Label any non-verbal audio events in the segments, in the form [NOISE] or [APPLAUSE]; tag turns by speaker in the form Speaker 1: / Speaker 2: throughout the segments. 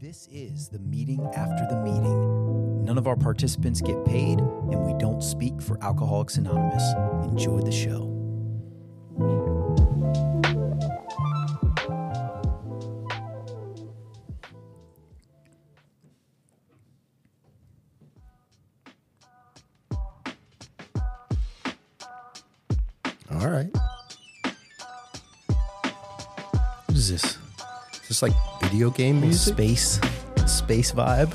Speaker 1: This is the meeting after the meeting. None of our participants get paid, and we don't speak for Alcoholics Anonymous. Enjoy the show.
Speaker 2: All right.
Speaker 1: What is this?
Speaker 2: Is this like video game music?
Speaker 1: Space, space vibe.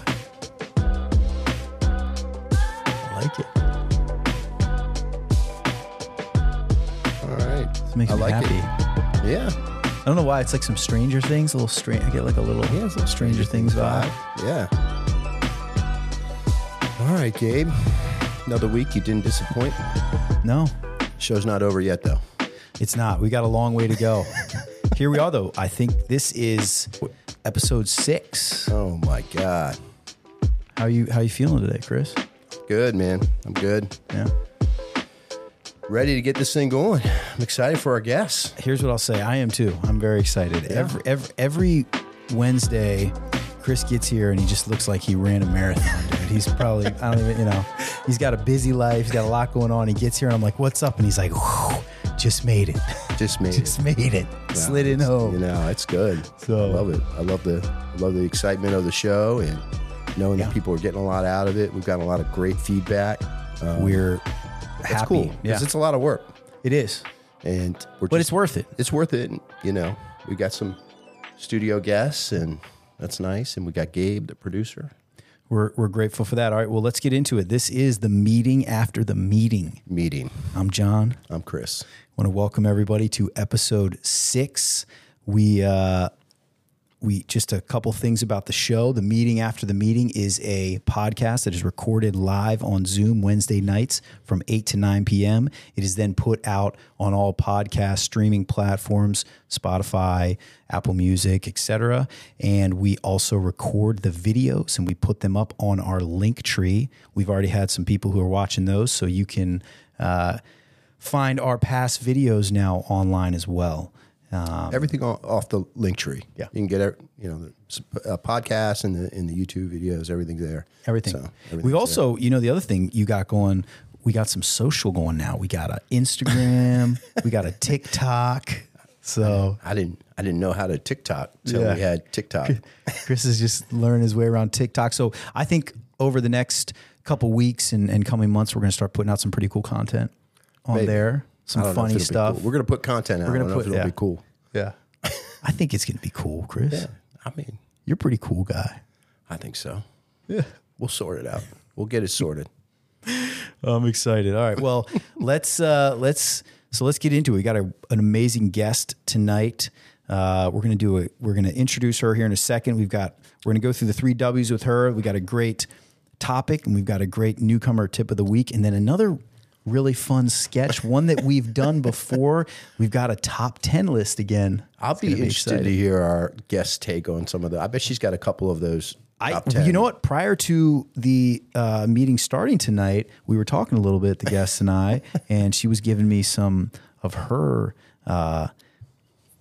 Speaker 1: I like it.
Speaker 2: All right.
Speaker 1: This makes
Speaker 2: I
Speaker 1: me
Speaker 2: like
Speaker 1: happy.
Speaker 2: it. Yeah.
Speaker 1: I don't know why. It's like some Stranger Things, a little strange. I get like a little
Speaker 2: Yeah, it's a little
Speaker 1: Stranger Things vibe.
Speaker 2: Yeah. All right, Gabe. Another week. You didn't disappoint.
Speaker 1: No,
Speaker 2: Show's not over yet, though.
Speaker 1: It's not. We got a long way to
Speaker 2: [LAUGHS]
Speaker 1: go. Here we are, though. I think this is episode six.
Speaker 2: Oh my God.
Speaker 1: How you How you feeling today, Chris?
Speaker 2: Good, man. I'm good.
Speaker 1: Yeah.
Speaker 2: Ready to get this thing going. I'm excited for our guests.
Speaker 1: Here's what I'll say. I am too. I'm very excited. Every, every every Wednesday, Chris gets here and he just looks like he ran a marathon, dude. He's probably I don't even you know. He's got a busy life. He's got a lot going on. He gets here and I'm like, "What's up?" And he's like, "Whew, "Just made it. [LAUGHS]
Speaker 2: Just made
Speaker 1: Just made it.
Speaker 2: it. Wow.
Speaker 1: Slid in
Speaker 2: You
Speaker 1: home."
Speaker 2: know, it's good.
Speaker 1: So-
Speaker 2: I love it. I love the I love the excitement of the show and knowing
Speaker 1: Yeah.
Speaker 2: that people are getting a lot out of it. We've got a lot of great feedback. Um,
Speaker 1: We're
Speaker 2: It's
Speaker 1: happy.
Speaker 2: cool
Speaker 1: Yeah,
Speaker 2: because it's a lot of work,
Speaker 1: it is.
Speaker 2: and we're
Speaker 1: But
Speaker 2: just,
Speaker 1: it's worth it.
Speaker 2: it's worth it. And, you know, we got some studio guests, and that's nice. And we got Gabe, the producer,
Speaker 1: We're, we're grateful for that. All right, well, let's get into it. This is the meeting after the meeting.
Speaker 2: meeting.
Speaker 1: I'm John.
Speaker 2: I'm Chris.
Speaker 1: I want to welcome everybody to episode six. We uh, we just a couple things about the show. The meeting after the meeting is a podcast that is recorded live on Zoom Wednesday nights from 8 to 9 p.m. It is then put out on all podcast streaming platforms, Spotify, Apple Music, etc. And we also record the videos and we put them up on our link tree. We've already had some people who are watching those, so you can uh, find our past videos now online as well.
Speaker 2: Everything o- off the link tree.
Speaker 1: Um, Yeah.
Speaker 2: you can get it. You know, the s- uh, podcast and the and the YouTube videos. Everything's there.
Speaker 1: Everything.
Speaker 2: So, everything's
Speaker 1: we
Speaker 2: there.
Speaker 1: also, you know, the other thing you got going, we got some social going now. We got an
Speaker 2: [LAUGHS]
Speaker 1: Instagram, we got a TikTok. So
Speaker 2: I didn't I didn't know how to TikTok till
Speaker 1: Yeah.
Speaker 2: we had TikTok.
Speaker 1: Chris is just learning his way around TikTok. So I think over the next couple weeks and, and coming months, we're going to start putting out some pretty cool content on
Speaker 2: Maybe.
Speaker 1: there,
Speaker 2: I
Speaker 1: some
Speaker 2: don't know if
Speaker 1: funny
Speaker 2: it'll be
Speaker 1: stuff.
Speaker 2: cool. We're gonna put content out. We're
Speaker 1: gonna
Speaker 2: gonna I don't
Speaker 1: put-
Speaker 2: know if it'll
Speaker 1: yeah.
Speaker 2: be cool.
Speaker 1: yeah. I think it's going to be cool, Chris.
Speaker 2: I mean,
Speaker 1: You're a pretty cool guy.
Speaker 2: I think so. Yeah, we'll sort it out. We'll get it sorted.
Speaker 1: I'm excited. All right. Well, let's uh, let's so let's get into it. We got a, an amazing guest tonight. Uh, we're gonna do a we're gonna introduce her here in a second. We've got we're gonna go through the three W's with her. We got a great topic and we've got a great newcomer tip of the week, and then another really fun sketch, one that we've done before. We've got a top ten list again.
Speaker 2: I'll be
Speaker 1: gonna be
Speaker 2: interested to
Speaker 1: exciting.
Speaker 2: hear our guest take on some of the. I bet she's got a couple of those.
Speaker 1: I,
Speaker 2: top 10.
Speaker 1: you know what? Prior to the uh, meeting starting tonight, we were talking a little bit, the guests and I,
Speaker 2: [LAUGHS]
Speaker 1: and she was giving me some of her uh,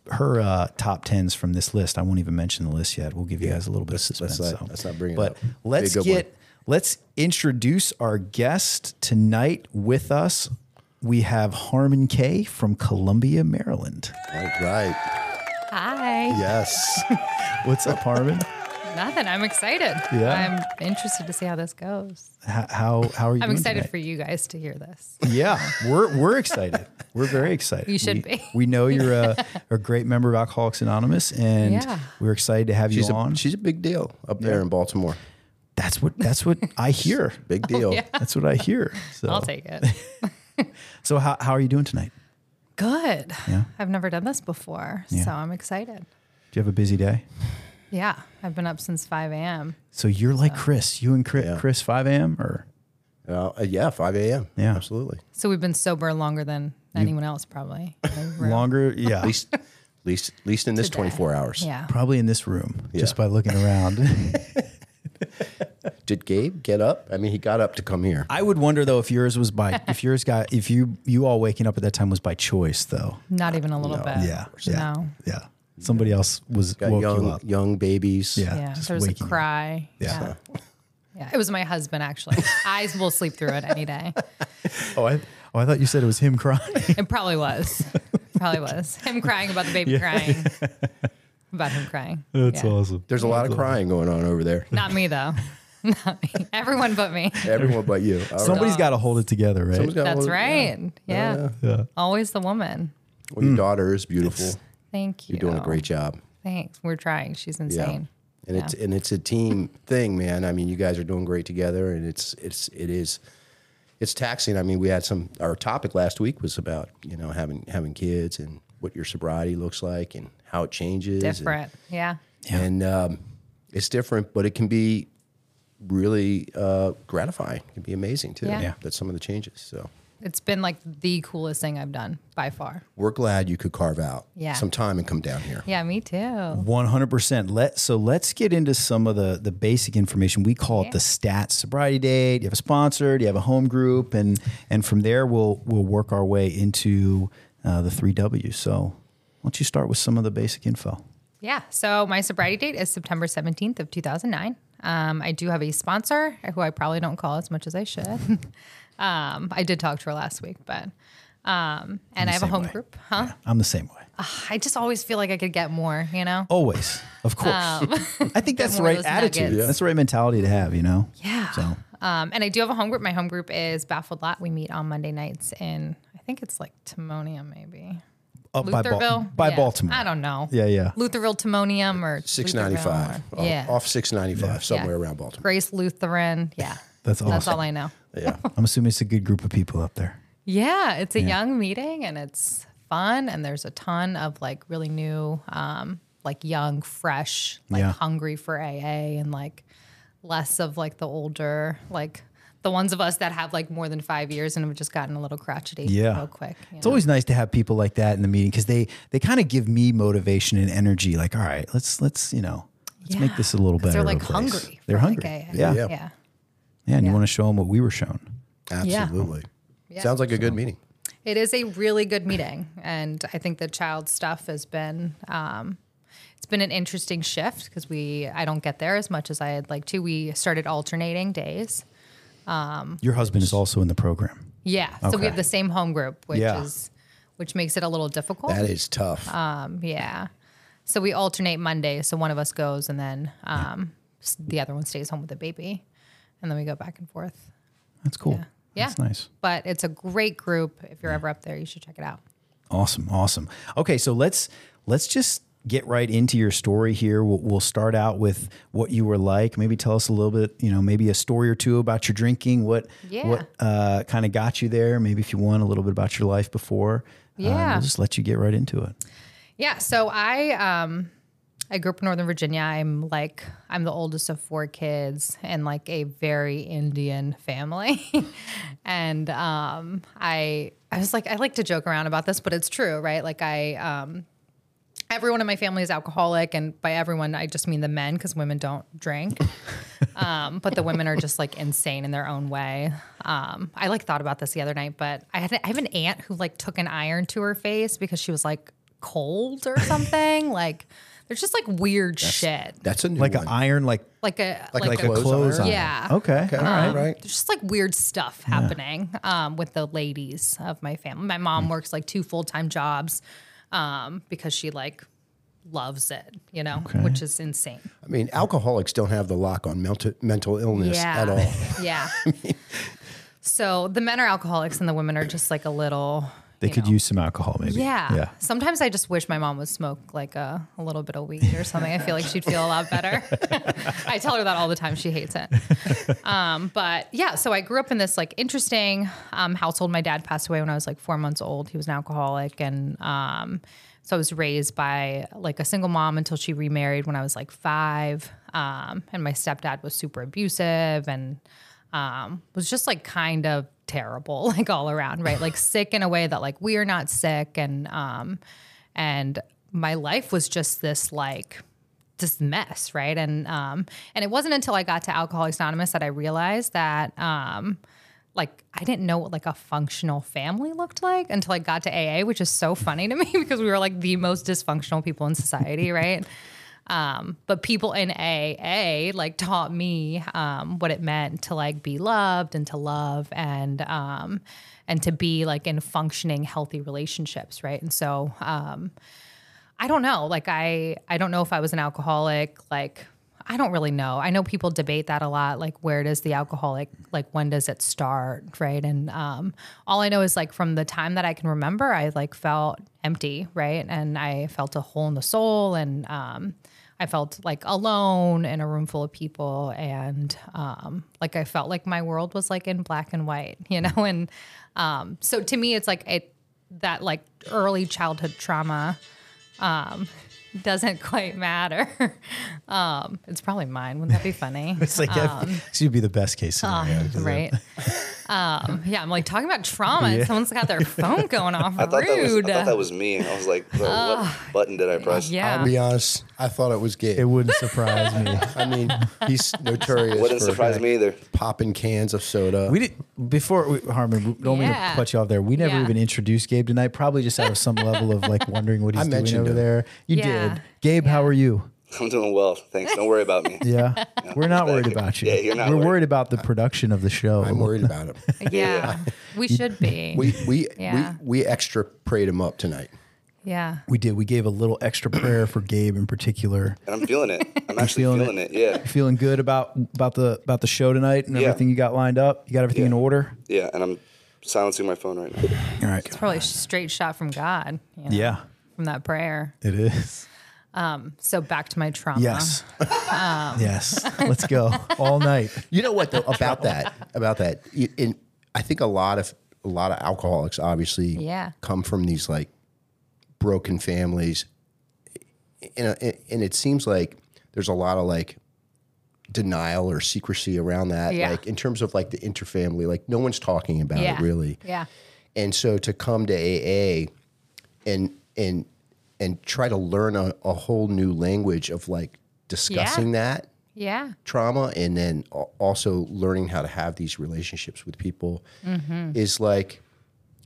Speaker 1: her uh, top tens from this list. I won't even mention the list yet. We'll give you guys a little bit of suspense.
Speaker 2: not-
Speaker 1: so.
Speaker 2: let's not bring it
Speaker 1: but
Speaker 2: up. Be a
Speaker 1: let's
Speaker 2: good
Speaker 1: get let's introduce our guest tonight with us. We have Harmon Kay from Columbia, Maryland.
Speaker 2: All right.
Speaker 3: Hi.
Speaker 1: [LAUGHS]
Speaker 2: Yes.
Speaker 1: What's up, Harmon?
Speaker 3: Nothing. I'm excited.
Speaker 1: Yeah.
Speaker 3: I'm interested to see how this goes.
Speaker 1: how, how how are you?
Speaker 3: I'm
Speaker 1: doing
Speaker 3: excited
Speaker 1: tonight?
Speaker 3: for you guys to hear this.
Speaker 1: Yeah, we're we're excited. We're very excited.
Speaker 3: You should
Speaker 1: We-
Speaker 3: be.
Speaker 1: We know you're
Speaker 3: [LAUGHS]
Speaker 1: a, a great member of Alcoholics Anonymous, and
Speaker 3: Yeah.
Speaker 1: we're excited to have
Speaker 2: She's
Speaker 1: you on.
Speaker 2: a, she's a big deal up there in Baltimore.
Speaker 1: that's what that's
Speaker 3: [LAUGHS]
Speaker 1: what I hear. [LAUGHS]
Speaker 2: Big deal.
Speaker 1: That's what I hear. So,
Speaker 3: I'll
Speaker 1: [LAUGHS]
Speaker 3: take it.
Speaker 1: so how how are you doing tonight?
Speaker 3: Good.
Speaker 1: Yeah.
Speaker 3: I've never done this before,
Speaker 1: Yeah.
Speaker 3: so I'm excited.
Speaker 1: Do you have a busy day?
Speaker 3: Yeah. I've been up since 5 a.m.
Speaker 1: So you're like
Speaker 3: Uh,
Speaker 1: Chris. You and Chris,
Speaker 2: Yeah.
Speaker 1: Chris five a.m. or
Speaker 2: Uh, yeah. Five a.m.
Speaker 1: Yeah.
Speaker 2: Absolutely.
Speaker 3: So we've been sober longer than anyone
Speaker 1: [LAUGHS]
Speaker 3: else, probably. in the room.
Speaker 1: longer? Yeah,
Speaker 2: At least, at least, at least in this
Speaker 3: Today.
Speaker 2: twenty-four hours.
Speaker 3: Yeah.
Speaker 1: probably in this room just by
Speaker 2: Yeah.
Speaker 1: looking around.
Speaker 2: Did Gabe get up? I mean, he got up to come here.
Speaker 1: [LAUGHS] I would wonder though if yours was by [LAUGHS] if yours got if you you all waking up at that time was by choice though.
Speaker 3: Not even a little bit.
Speaker 1: Yeah, yeah,
Speaker 3: No.
Speaker 1: yeah. Somebody else was
Speaker 2: Got
Speaker 1: woke you
Speaker 2: young
Speaker 1: up.
Speaker 2: young babies.
Speaker 1: Yeah,
Speaker 3: Yeah,
Speaker 1: just
Speaker 3: there was a
Speaker 1: waking you up.
Speaker 3: cry. Yeah. yeah. it was my
Speaker 1: [LAUGHS]
Speaker 3: husband actually. I will sleep through it any day.
Speaker 1: Oh, I, oh, I thought you said it was him crying.
Speaker 3: It probably was, probably was him crying about the
Speaker 1: [LAUGHS]
Speaker 3: baby crying, about him crying.
Speaker 1: [LAUGHS] That's
Speaker 3: Yeah.
Speaker 1: awesome.
Speaker 2: There's a lot of crying going on over there.
Speaker 3: Not me though. [LAUGHS] Not me. Everyone but me.
Speaker 2: Everyone
Speaker 1: [LAUGHS]
Speaker 2: but you. All right.
Speaker 1: Somebody's got to hold it together, right?
Speaker 2: Someone's got
Speaker 3: That's
Speaker 2: one-
Speaker 3: right. Yeah.
Speaker 1: yeah.
Speaker 3: Always the woman.
Speaker 2: Well,
Speaker 1: Hmm.
Speaker 2: your daughter is beautiful.
Speaker 3: Thank you.
Speaker 2: You're doing a great job.
Speaker 3: Thanks. We're trying. She's
Speaker 2: Yeah.
Speaker 3: insane.
Speaker 2: And it's and it's a team thing, man. I mean, you guys are doing great together, and it's it's it is it's taxing. I mean, we had some our topic last week was about you know having having kids and what your sobriety looks like and how it changes. and-
Speaker 3: Different. Yeah.
Speaker 2: and um, it's different, but it can be really uh, gratifying. It can be amazing too.
Speaker 3: Yeah. Yeah.
Speaker 2: That's some of the changes. So
Speaker 3: It's been like the coolest thing I've done by far.
Speaker 2: we're glad you could carve out
Speaker 3: Yeah.
Speaker 2: some time and come down here.
Speaker 3: Yeah, me too.
Speaker 1: One hundred percent. Let so let's get into some of the the basic information. We call it the stats sobriety date. You have a sponsor. Do you have a home group? And and from there we'll we'll work our way into uh, the three Ws. So why don't you start with some of the basic info?
Speaker 3: Yeah. So my sobriety date is September 17th of 2009. Um, I do have a sponsor who I probably don't call as much as I
Speaker 1: [LAUGHS]
Speaker 3: should. um, I did talk to her last week, but um, and I have a
Speaker 1: same
Speaker 3: home
Speaker 1: way.
Speaker 3: group. Huh?
Speaker 1: I'm the same way.
Speaker 3: [LAUGHS] I just always feel like I could get more. You know?
Speaker 1: Always, of course. [LAUGHS] I
Speaker 3: [LAUGHS]
Speaker 1: think that's the
Speaker 3: more Um,
Speaker 1: right
Speaker 3: of those
Speaker 1: attitude.
Speaker 3: nuggets.
Speaker 1: That's the right mentality to have. You know.
Speaker 3: Yeah.
Speaker 1: So
Speaker 3: Um, and I do have a home group. My home group is Baffled Lot. We meet on Monday nights in I think it's like Timonium, maybe
Speaker 1: up by Bal-
Speaker 3: Lutherville,
Speaker 1: by
Speaker 3: Yeah.
Speaker 1: Baltimore.
Speaker 3: I don't know.
Speaker 1: Yeah, yeah.
Speaker 3: Lutherville Timonium or
Speaker 2: Six ninety five.
Speaker 3: Lutherville or- Yeah.
Speaker 2: Off six ninety five, somewhere around Baltimore.
Speaker 3: Grace Lutheran. Yeah.
Speaker 1: That's
Speaker 3: That's
Speaker 1: awesome.
Speaker 3: all I know.
Speaker 2: Yeah.
Speaker 1: [LAUGHS] I'm assuming it's a good group of people up there.
Speaker 3: Yeah, it's a young meeting and it's fun and there's a ton of like really new um like young, fresh, like
Speaker 1: Yeah.
Speaker 3: hungry for AA and like less of like the older like the ones of us that have like more than five years and have just gotten a little crotchety
Speaker 1: Yeah.
Speaker 3: real quick. you
Speaker 1: It's always nice to have people like that in the meeting because they they kind of give me motivation and energy. Like, all right, let's let's you know let's make
Speaker 3: Yeah.
Speaker 1: this a little
Speaker 3: 'Cause
Speaker 1: better.
Speaker 3: They're
Speaker 1: of a
Speaker 3: like
Speaker 1: place.
Speaker 3: hungry.
Speaker 1: They're
Speaker 3: for,
Speaker 1: hungry.
Speaker 3: Like AA.
Speaker 1: yeah. yeah,
Speaker 2: Yeah.
Speaker 3: yeah.
Speaker 1: And you
Speaker 3: Yeah.
Speaker 1: want to show them what we were shown.
Speaker 2: Absolutely.
Speaker 3: Yeah.
Speaker 2: Sounds like a good meeting.
Speaker 3: It is a really good meeting, and I think the child stuff has been um, it's been an interesting shift because we I don't get there as much as I'd like to. We started alternating days.
Speaker 1: Your husband is also in the program.
Speaker 3: Yeah, so we
Speaker 1: Okay.
Speaker 3: have the same home group, which
Speaker 1: Yeah.
Speaker 3: is which makes it a little difficult.
Speaker 2: That is tough.
Speaker 3: Um, yeah, so we alternate Monday, so one of us goes, and then um, s- the other one stays home with the baby, and then we go back and forth.
Speaker 1: That's cool.
Speaker 3: Yeah.
Speaker 1: That's nice.
Speaker 3: But it's a great group. If you're ever up there, you should check it out.
Speaker 1: Awesome, awesome. Okay, so let's let's just get right into your story here. We'll, we'll start out with what you were like. Maybe tell us a little bit, you know, maybe a story or two about your drinking. What
Speaker 3: Yeah.
Speaker 1: what uh, kind of got you there? Maybe if you want a little bit about your life before. Uh,
Speaker 3: Yeah.
Speaker 1: we'll just let you get right into it.
Speaker 3: Yeah. So I um I grew up in Northern Virginia. I'm like I'm the oldest of four kids and like a very Indian family. [LAUGHS] and um I I was like I like to joke around about this, but it's true, right? Like I um everyone in my family is alcoholic and by everyone I just mean the men cuz women don't
Speaker 2: [LAUGHS]
Speaker 3: drink. Um, but the women are just like insane in their own way. Um, I like thought about this the other night, but I had I have an aunt who like took an iron to her face because she was like cold or something. [LAUGHS] like there's just like weird shit.
Speaker 2: That's a new
Speaker 1: Like
Speaker 2: one.
Speaker 1: an iron, like
Speaker 3: Like a
Speaker 2: Like
Speaker 1: like
Speaker 2: a
Speaker 1: a
Speaker 2: clothes
Speaker 1: clothes
Speaker 2: iron?
Speaker 1: iron.
Speaker 3: Yeah.
Speaker 1: Okay.
Speaker 2: okay.
Speaker 1: All right.
Speaker 3: Uh-huh.
Speaker 2: All right.
Speaker 3: there's just like weird stuff happening um, with the ladies of my family. My
Speaker 2: Mm.
Speaker 3: mom works like two full time jobs um, because she like loves it, you know, which is insane.
Speaker 2: I mean, alcoholics don't have the lock on mental mental illness at all.
Speaker 3: Yeah.
Speaker 2: [LAUGHS]
Speaker 3: so the men are alcoholics and the women are just like a little.
Speaker 1: They
Speaker 3: you
Speaker 1: could
Speaker 3: know.
Speaker 1: use some alcohol, maybe.
Speaker 3: Yeah.
Speaker 1: Yeah. [LAUGHS]
Speaker 3: Sometimes I just wish my mom would smoke like a, a little bit of weed or something. I feel like she'd feel a lot better. [LAUGHS] I tell her that all the time. She hates it. Um, but yeah, so I grew up in this like interesting um, household. My dad passed away when I was like four months old. He was an alcoholic. And um, so I was raised by like a single mom until she remarried when I was like five. Um, and my stepdad was super abusive and um, was just like kind of terrible, [LAUGHS] like all around, right? Like sick in a way that like we are not sick, and um, and my life was just this like just mess, right? And um, and it wasn't until I got to Alcoholics Anonymous that I realized that um, like I didn't know what like a functional family looked like until I got to AA, which is so funny to me [LAUGHS] because we were like the most dysfunctional people in society, right? Um, but people in AA like taught me um, what it meant to like be loved and to love and um, and to be like in functioning healthy relationships, right? And so um, I don't know. Like I I don't know if I was an alcoholic. Like I don't really know. I know people debate that a lot. Like where does the alcoholic like when does it start, right? And um, all I know is like from the time that I can remember, I like felt empty, right? And I felt a hole in the soul, and um, I felt like alone in a room full of people, and um, like I felt like my world was like in black and white, [LAUGHS] you know. And um, so to me, it's like it that like early childhood trauma um, [LAUGHS] doesn't quite matter. [LAUGHS] um, it's probably mine. Wouldn't that be funny?
Speaker 1: It's like [LAUGHS] that should be the best case scenario.
Speaker 3: Um,
Speaker 1: 'cause that-
Speaker 3: [LAUGHS] right. um, yeah, I'm like talking about trauma, and someone's got their phone going off.
Speaker 4: I thought, that was, I
Speaker 3: Rude. Ah,
Speaker 4: thought that was me. I was like, what button did I press?
Speaker 2: I'll
Speaker 3: [LAUGHS] yeah.
Speaker 2: be honest. I thought it was gay.
Speaker 1: It wouldn't surprise me.
Speaker 2: I mean,
Speaker 3: [LAUGHS]
Speaker 2: he's notorious.
Speaker 4: Wouldn't
Speaker 2: for
Speaker 4: surprise me either. [LAUGHS]
Speaker 2: Popping cans of soda.
Speaker 1: We did before we, Harmon. we- Don't mean
Speaker 3: Yeah.
Speaker 1: to cut you off there. We never
Speaker 3: Yeah.
Speaker 1: even introduced Gabe tonight. Probably just out of some level of
Speaker 3: [LAUGHS]
Speaker 1: like wondering what he's doing
Speaker 2: mentioned
Speaker 1: over
Speaker 2: him.
Speaker 1: there. You
Speaker 3: Yeah.
Speaker 1: did, Gabe. How are you?
Speaker 4: I'm doing well. Thanks. Don't worry
Speaker 3: [LAUGHS]
Speaker 4: about me.
Speaker 1: Yeah, we're not worried about you.
Speaker 4: Yeah, you're not
Speaker 1: We're
Speaker 4: worried.
Speaker 1: worried about the production of the show.
Speaker 2: I'm worried about
Speaker 3: [LAUGHS]
Speaker 2: him.
Speaker 3: yeah. We should be.
Speaker 2: We we
Speaker 3: Yeah.
Speaker 2: we we extra prayed him up tonight.
Speaker 3: yeah.
Speaker 1: We did. We gave a little extra prayer for Gabe in particular.
Speaker 4: And I'm feeling
Speaker 3: [LAUGHS]
Speaker 4: it. I'm actually
Speaker 1: feeling
Speaker 4: feeling,
Speaker 1: it?
Speaker 4: it. Yeah.
Speaker 1: You feeling good about about the about the show tonight and
Speaker 4: Yeah.
Speaker 1: everything you got lined up? You got everything in
Speaker 4: Yeah.
Speaker 1: order?
Speaker 4: Yeah. And I'm silencing my phone right now.
Speaker 1: All right.
Speaker 3: Probably a straight shot from God. You know,
Speaker 1: Yeah,
Speaker 3: From that prayer.
Speaker 1: it is.
Speaker 3: So back to my trauma.
Speaker 1: Yes.
Speaker 3: um.
Speaker 1: yes. Let's go all night.
Speaker 2: You know what
Speaker 3: [LAUGHS]
Speaker 2: though about that about that. you- In I think a lot of a lot of alcoholics obviously
Speaker 3: Yeah.
Speaker 2: come from these like broken families, and and it seems like there's a lot of like denial or secrecy around that.
Speaker 3: Yeah.
Speaker 2: Like in terms of like the interfamily, like no one's talking about
Speaker 3: Yeah.
Speaker 2: it really.
Speaker 3: Yeah.
Speaker 2: and so to come to AA and and and try to learn a, a whole new language of like discussing that
Speaker 3: Yeah.
Speaker 2: trauma and then al- also learning how to have these relationships with people is like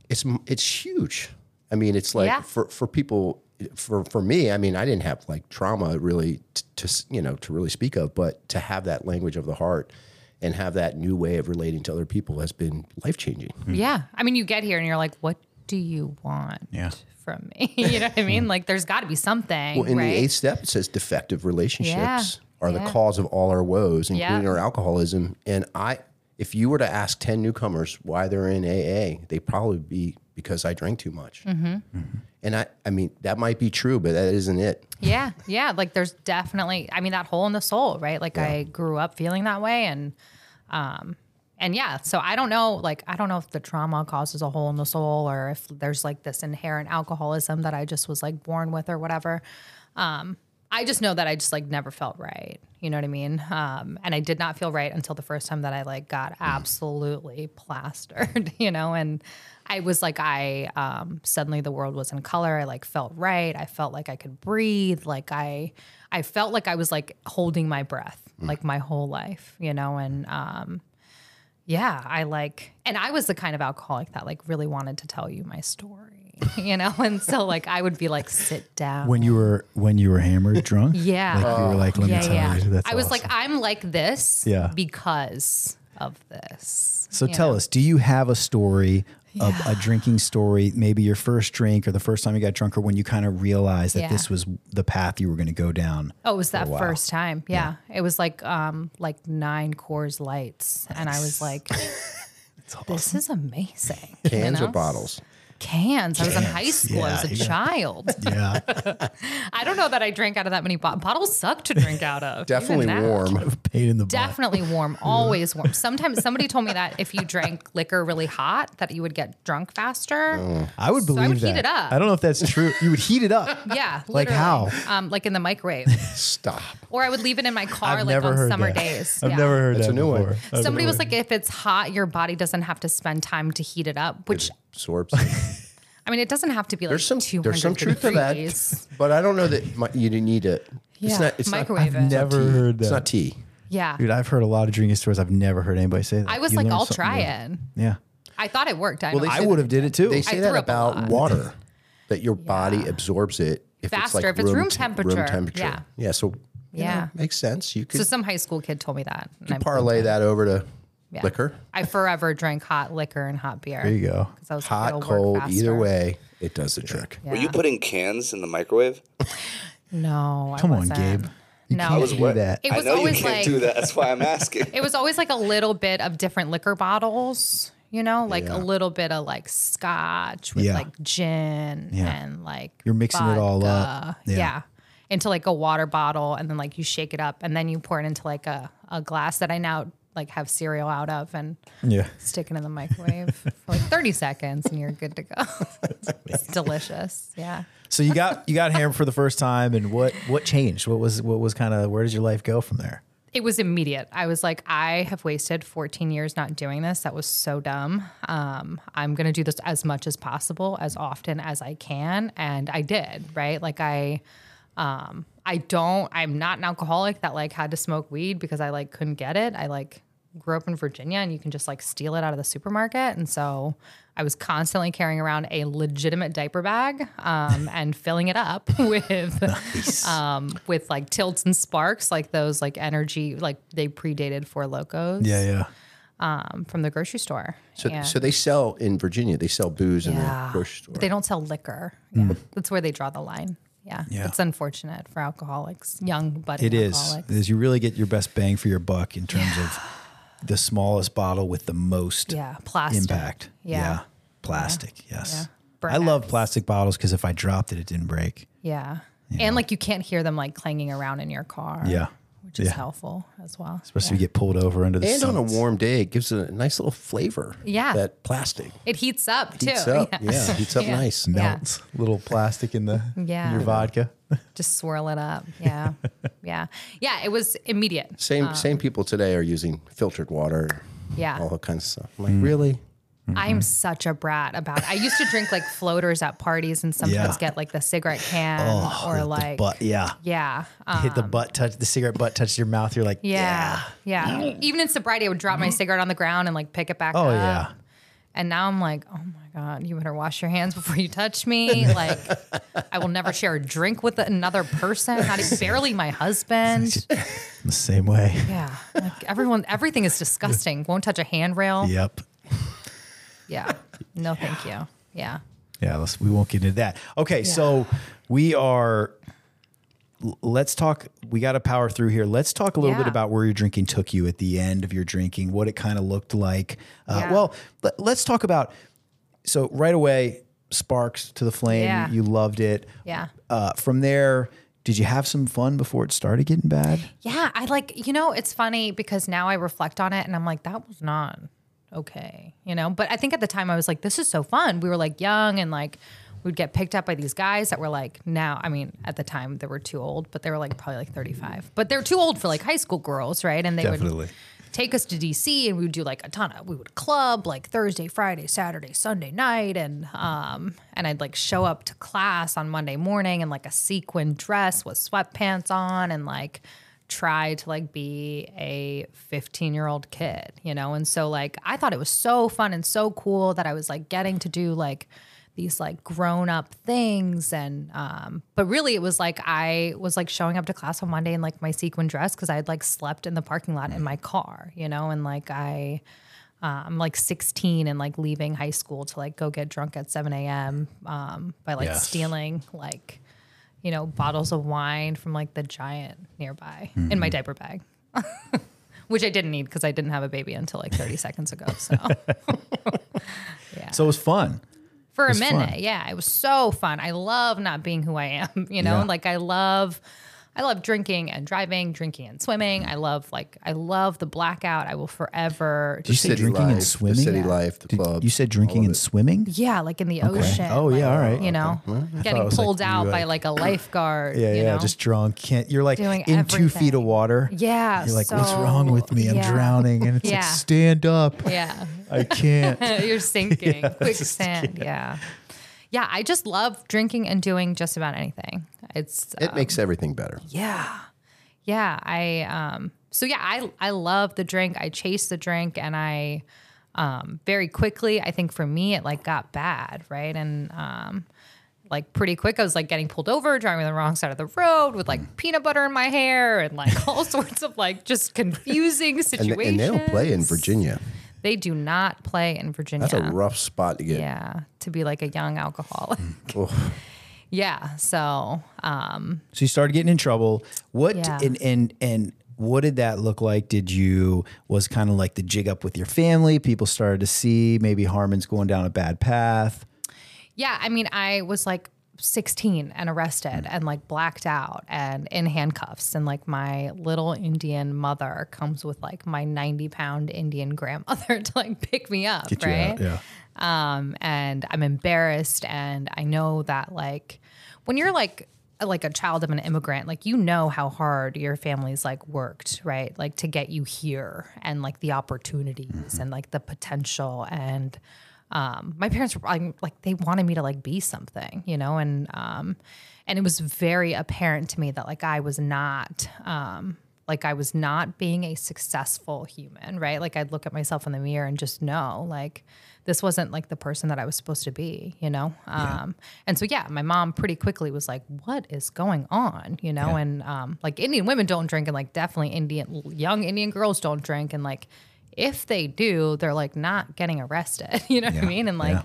Speaker 2: it's m- it's huge. I mean, it's like
Speaker 3: Yeah.
Speaker 2: for for people for for me, I mean, I didn't have like trauma really t- to s- you know to really speak of, but to have that language of the heart and have that new way of relating to other people has been life changing.
Speaker 3: Yeah. I mean, you get here and you're like, what do you want
Speaker 1: Yeah.
Speaker 3: from me? [LAUGHS] you know what I mean? Like, there's got to be something.
Speaker 2: Well, in
Speaker 3: right?
Speaker 2: the eighth step, it says defective relationships
Speaker 3: Yeah,
Speaker 2: are
Speaker 3: yeah.
Speaker 2: the cause of all our woes, including
Speaker 3: Yeah.
Speaker 2: our alcoholism. And I, if you were to ask ten newcomers why they're in AA, they'd probably be because I drank too much.
Speaker 3: Mm-hmm.
Speaker 2: And I, I mean, that might be true, but that isn't it.
Speaker 3: Yeah, yeah. Like there's definitely, I mean, that hole in the soul, right? Like I grew up feeling that way, and um, and yeah. So I don't know, like I don't know if the trauma causes a hole in the soul, or if there's like this inherent alcoholism that I just was like born with, or whatever. Um, I just know that I just like never felt right. You know what I mean? Um, and I did not feel right until the first time that I like got absolutely [LAUGHS] plastered, [LAUGHS] you know, and I was like, I um, suddenly the world was in color. I like felt right. I felt like I could breathe. Like I, I felt like I was like holding my breath like my whole life, you know, and um, yeah, I like, and I was the kind of alcoholic that like really wanted to tell you my story, [LAUGHS] you know, and so like I would be like, sit down.
Speaker 1: When you were when you were
Speaker 3: [LAUGHS]
Speaker 1: hammered, drunk.
Speaker 3: Yeah.
Speaker 1: Like you
Speaker 2: Oh.
Speaker 1: were like, let me tell you. That's
Speaker 3: I was like,
Speaker 1: awesome.
Speaker 3: I'm like this
Speaker 1: Yeah.
Speaker 3: because of this.
Speaker 1: So tell us, do you have a story, of a, drinking story, maybe your first drink or the first time you got drunk or when you kind of realized that
Speaker 3: Yeah.
Speaker 1: this was the path you were going to go down?
Speaker 3: Oh, it was that first time. Yeah. It was like um like nine Coors lights. And I was
Speaker 1: [LAUGHS]
Speaker 3: like, this is amazing. you
Speaker 2: Cans or
Speaker 3: know?
Speaker 2: bottles?
Speaker 3: Cans. I was in high
Speaker 1: Cans.
Speaker 3: school. I
Speaker 1: Yeah,
Speaker 3: was a
Speaker 1: yeah.
Speaker 3: child.
Speaker 1: [LAUGHS] Yeah.
Speaker 3: [LAUGHS] I don't know that I drank out of that many bottles. Bottles suck to drink out of. even
Speaker 2: Definitely
Speaker 3: now.
Speaker 2: warm.
Speaker 3: [LAUGHS]
Speaker 1: Pain in the butt. [LAUGHS]
Speaker 3: Definitely warm, always warm. Sometimes somebody told me that if you drank liquor really hot, that you would get drunk faster.
Speaker 2: Mm.
Speaker 1: I would
Speaker 3: I
Speaker 1: believe
Speaker 3: would
Speaker 1: that.
Speaker 3: heat it up.
Speaker 1: I don't know if that's true. You would heat it
Speaker 3: [LAUGHS]
Speaker 1: up.
Speaker 3: Yeah,
Speaker 1: Like
Speaker 3: literally.
Speaker 1: how?
Speaker 3: Um, like in
Speaker 1: [LAUGHS]
Speaker 3: the microwave,
Speaker 2: Stop.
Speaker 3: or I would leave it in my car,
Speaker 1: I've
Speaker 3: like
Speaker 1: never
Speaker 3: on
Speaker 1: heard
Speaker 3: summer
Speaker 1: that.
Speaker 3: days.
Speaker 1: I've
Speaker 3: Yeah.
Speaker 1: never heard
Speaker 2: That's
Speaker 1: that
Speaker 2: a new one.
Speaker 1: before. I've
Speaker 3: Somebody
Speaker 1: never
Speaker 3: was like, if it's hot, your body doesn't have to spend time to heat it up. Which
Speaker 2: Absorbs.
Speaker 3: I mean, it doesn't have to be like
Speaker 2: There's some.
Speaker 3: 200 [LAUGHS]
Speaker 2: There's some truth to
Speaker 3: degrees.
Speaker 2: that, but I don't know that my, you need to.
Speaker 3: Yeah,
Speaker 2: It's not. It's
Speaker 3: microwave
Speaker 2: not,
Speaker 3: it.
Speaker 2: it's not
Speaker 1: Never
Speaker 2: tea.
Speaker 1: heard
Speaker 2: It's
Speaker 1: that.
Speaker 2: not tea.
Speaker 3: Yeah.
Speaker 1: Dude, I've heard a lot of drinking stories. I've never heard anybody say that.
Speaker 3: I was
Speaker 1: You
Speaker 3: like,
Speaker 1: learn
Speaker 3: I'll
Speaker 1: something
Speaker 3: try
Speaker 1: new.
Speaker 3: it.
Speaker 1: Yeah.
Speaker 3: I thought it worked. I
Speaker 2: Well,
Speaker 3: know
Speaker 2: they
Speaker 3: I
Speaker 1: I
Speaker 2: said-
Speaker 1: would have did it too.
Speaker 2: They say
Speaker 3: I
Speaker 2: that
Speaker 3: threw up a lot.
Speaker 2: about
Speaker 3: [LAUGHS]
Speaker 2: water, that your body absorbs it if it's
Speaker 3: Faster,
Speaker 2: like
Speaker 3: if it's room
Speaker 2: te-
Speaker 3: temperature.
Speaker 2: temperature.
Speaker 3: Yeah.
Speaker 2: So you know,
Speaker 3: Yeah.
Speaker 2: makes sense. You
Speaker 3: So
Speaker 2: could
Speaker 3: some high school kid told me that. and I-
Speaker 2: parlay that over to
Speaker 3: yeah.
Speaker 2: liquor,
Speaker 3: I forever drank hot liquor and hot beer.
Speaker 1: There you go.
Speaker 3: Because I was like,
Speaker 2: hot,
Speaker 3: it'll work
Speaker 2: cold, either
Speaker 3: faster.
Speaker 2: way, it does the trick.
Speaker 4: Were you
Speaker 3: Yeah.
Speaker 4: putting cans in the microwave?
Speaker 3: No, I
Speaker 1: Come on,
Speaker 3: wasn't.
Speaker 1: Gabe. You
Speaker 3: no,
Speaker 1: can't
Speaker 3: it
Speaker 1: do
Speaker 4: what-
Speaker 1: that.
Speaker 3: It
Speaker 4: I
Speaker 3: was
Speaker 4: know you
Speaker 3: always
Speaker 4: can't
Speaker 3: like-
Speaker 4: do that.
Speaker 3: [LAUGHS]
Speaker 4: That's why I'm asking.
Speaker 3: It was always like a little bit of different liquor bottles, you know, like a little bit of like scotch with
Speaker 1: Yeah.
Speaker 3: like gin
Speaker 1: Yeah.
Speaker 3: and like
Speaker 1: You're mixing it all up.
Speaker 3: vodka.
Speaker 1: Yeah.
Speaker 3: Yeah. Into like a water bottle and then like you shake it up and then you pour it into like a, a glass that I now like have cereal out of and
Speaker 1: Yeah.
Speaker 3: stick it in the microwave for like 30 seconds and you're good to go. [LAUGHS] it's delicious. Yeah.
Speaker 1: So you got you got hammered for the first time, and what what changed? What was what was kind of where did your life go from there?
Speaker 3: it was immediate. I was like, I have wasted 14 years not doing this. That was so dumb. Um, I'm going to do this as much as possible, as often as I can. And I did, right? Like, I. Um, I don't, I'm not an alcoholic that like had to smoke weed because I like couldn't get it. I like grew up in Virginia and you can just like steal it out of the supermarket. And so I was constantly carrying around a legitimate diaper bag
Speaker 1: [LAUGHS]
Speaker 3: um, and filling it up [LAUGHS] with um, with like tilts and sparks, like those like energy, like they predated Four Locos
Speaker 1: yeah.
Speaker 3: um, from the grocery store.
Speaker 2: So,
Speaker 3: And-
Speaker 2: so they sell in Virginia. They sell booze in the
Speaker 3: Yeah.
Speaker 2: grocery store.
Speaker 3: They don't sell liquor. Yeah. That's where they draw the line. Yeah.
Speaker 1: Hmm. Yeah.
Speaker 3: It's unfortunate for alcoholics, young budding
Speaker 1: It is.
Speaker 3: alcoholics.
Speaker 1: It is. You really get your best bang for your buck in terms of the smallest bottle with the most
Speaker 3: Yeah, plastic.
Speaker 1: impact.
Speaker 3: Yeah.
Speaker 1: Plastic. Yes.
Speaker 3: Yeah.
Speaker 1: I love
Speaker 3: Burnouts.
Speaker 1: plastic bottles because if I dropped it, it didn't break.
Speaker 3: Yeah. And like you can't hear them like clanging around in your car.
Speaker 1: Yeah.
Speaker 3: Which is
Speaker 1: Yeah.
Speaker 3: helpful as well.
Speaker 1: Especially if you get pulled over under the
Speaker 2: and
Speaker 1: sun.
Speaker 2: on a warm day, it gives it a nice little flavor.
Speaker 3: Yeah.
Speaker 2: That plastic
Speaker 3: It heats up too. [LAUGHS]
Speaker 2: heats up.
Speaker 3: Yeah.
Speaker 2: Yeah. heats up nice.
Speaker 3: Yeah.
Speaker 1: melts little plastic in the in
Speaker 3: Yeah.
Speaker 1: your vodka.
Speaker 3: Just swirl it up.
Speaker 1: [LAUGHS]
Speaker 3: Yeah. yeah. Yeah. It was immediate.
Speaker 2: Same
Speaker 3: Um,
Speaker 2: same people today are using filtered water. and
Speaker 3: Yeah.
Speaker 2: All kinds of stuff. I'm
Speaker 1: Mm.
Speaker 2: like, really?
Speaker 1: Mm-hmm.
Speaker 3: I'm such a brat about I used to drink like floaters at parties and sometimes
Speaker 1: Yeah. Oh,
Speaker 3: get like the cigarette can
Speaker 1: [LAUGHS]
Speaker 3: or
Speaker 1: the
Speaker 3: like
Speaker 1: butt, yeah.
Speaker 3: yeah. Um,
Speaker 1: Hit the butt, touch the cigarette butt, touches your mouth. You're like,
Speaker 3: yeah. Yeah. Even in sobriety, I would drop my cigarette on the ground and like pick it back
Speaker 1: oh
Speaker 3: up.
Speaker 1: yeah,
Speaker 3: And now I'm like, oh my God, you better wash your hands before you touch me. Like, I will never share a drink with another person, not even barely my husband.
Speaker 1: I'm the same way.
Speaker 3: [LAUGHS] Yeah. Like, everyone, everything is disgusting. Won't touch a handrail. Yeah.
Speaker 1: Yep.
Speaker 3: No, thank you. Yeah.
Speaker 1: Yeah, let's, we won't get into that. Okay, so we are. l- Let's talk. We got to power through here. Let's talk a little bit
Speaker 3: Yeah.
Speaker 1: about where your drinking took you at the end of your drinking, what it kind of looked like. Uh,
Speaker 3: Yeah.
Speaker 1: Well, let, let's talk about. So right away, sparks to the flame.
Speaker 3: Yeah.
Speaker 1: You loved it.
Speaker 3: Yeah.
Speaker 1: Uh, from there, did you have some fun before it started getting bad?
Speaker 3: Yeah, I like, you know, it's funny because now I reflect on it and I'm like, that was not okay, you know? But I think at the time I was like, this is so fun. We were like young and like, we'd get picked up by these guys that were like, now, I mean, at the time they were too old, but they were like probably like 35, but they're too old for like high school girls, right? And they would take us to DC and we would do like a ton of we would club like Thursday, Friday, Saturday, Sunday night and um and I'd like show up to class on Monday morning in like a sequin dress with sweatpants on and like try to like be a 15 year old kid, you know? And so like I thought it was so fun and so cool that I was like getting to do like these like grown up things and um but really it was like I was like showing up to class on Monday in like my sequin dress cuz I had like slept in the parking lot in my car, you know, and like I uh, I'm like 16 and like leaving high school to like go get drunk at 7 a.m. Um, by like
Speaker 1: Yes.
Speaker 3: stealing like, you know, bottles of wine from like the giant nearby in my diaper bag, [LAUGHS] which I didn't need because I didn't have a baby until like 30 seconds ago. So
Speaker 1: So it was fun.
Speaker 3: for a
Speaker 1: was
Speaker 3: minute.
Speaker 1: fun.
Speaker 3: Yeah, it was so fun. I love not being who I am, [LAUGHS] you know?
Speaker 1: Yeah.
Speaker 3: Like I love I love drinking and driving, drinking and swimming. I love like I love the blackout. I will forever
Speaker 1: you say drinking and swimming?
Speaker 2: The city
Speaker 1: Yeah.
Speaker 2: life, the club.
Speaker 1: You said drinking and swimming.
Speaker 3: yeah, like in the ocean.
Speaker 1: Oh, yeah,
Speaker 3: like,
Speaker 1: all right.
Speaker 3: You know,
Speaker 1: it
Speaker 3: getting
Speaker 1: was, like,
Speaker 3: pulled
Speaker 1: you,
Speaker 3: out by
Speaker 1: like- [LAUGHS]
Speaker 3: like a lifeguard.
Speaker 1: Yeah,
Speaker 3: you
Speaker 1: yeah,
Speaker 3: know?
Speaker 1: just drunk. Can't you're like
Speaker 3: Doing
Speaker 1: in two feet
Speaker 3: everything.
Speaker 1: of water?
Speaker 3: yeah.
Speaker 1: You're like,
Speaker 3: so,
Speaker 1: what's wrong with me? I'm
Speaker 3: yeah.
Speaker 1: drowning, [LAUGHS] and it's like,
Speaker 3: Yeah.
Speaker 1: stand up.
Speaker 3: [LAUGHS] Yeah, [LAUGHS]
Speaker 1: I can't.
Speaker 3: you're sinking quicksand. Yeah, yeah. I just love drinking and doing just about anything. It's
Speaker 2: it makes everything better.
Speaker 3: Yeah. Yeah. I um so yeah, I I love the drink. I chase the drink, and I um, very quickly. I think for me, it like got bad, right? And um, like pretty quick, I was like getting pulled over, driving on the wrong side of the road with like peanut butter in my hair and like [LAUGHS] all sorts of like just confusing
Speaker 2: And,
Speaker 3: situations.
Speaker 2: they- and they don't play in Virginia.
Speaker 3: They do not play in Virginia.
Speaker 2: That's a rough spot to get.
Speaker 3: yeah, to be like a young alcoholic.
Speaker 2: Oh,
Speaker 3: [LAUGHS] yeah, so um,
Speaker 1: [LAUGHS] So you started getting in trouble. What
Speaker 3: Yeah.
Speaker 1: and and and what did that look like? Did you was kind of like the jig up with your family? People started to see maybe Harmon's going down a bad path.
Speaker 3: Yeah, I mean, I was like 16 and arrested and like blacked out and in handcuffs. And like my little Indian mother comes with like my 90 pound Indian grandmother [LAUGHS] to like pick me up, right?
Speaker 1: Yeah.
Speaker 3: um, and I'm embarrassed. And I know that like when you're like like a child of an immigrant, like you know how hard your family's like worked, right? Like to get you here and like the opportunities and like the potential and. Um, my parents were I'm- like they wanted me to like be something, you know, and um, and it was very apparent to me that like I was not um, like I was not being a successful human, right? Like I'd look at myself in the mirror and just know like this wasn't like the person that I was supposed to be, you know? Um, and so, yeah, my mom pretty quickly was like, what is going on, you know? And um, like Indian women don't drink and like definitely Indian, young Indian girls don't drink. And like, if they do, they're like not getting arrested, [LAUGHS] you know what I mean? And like,
Speaker 1: yeah.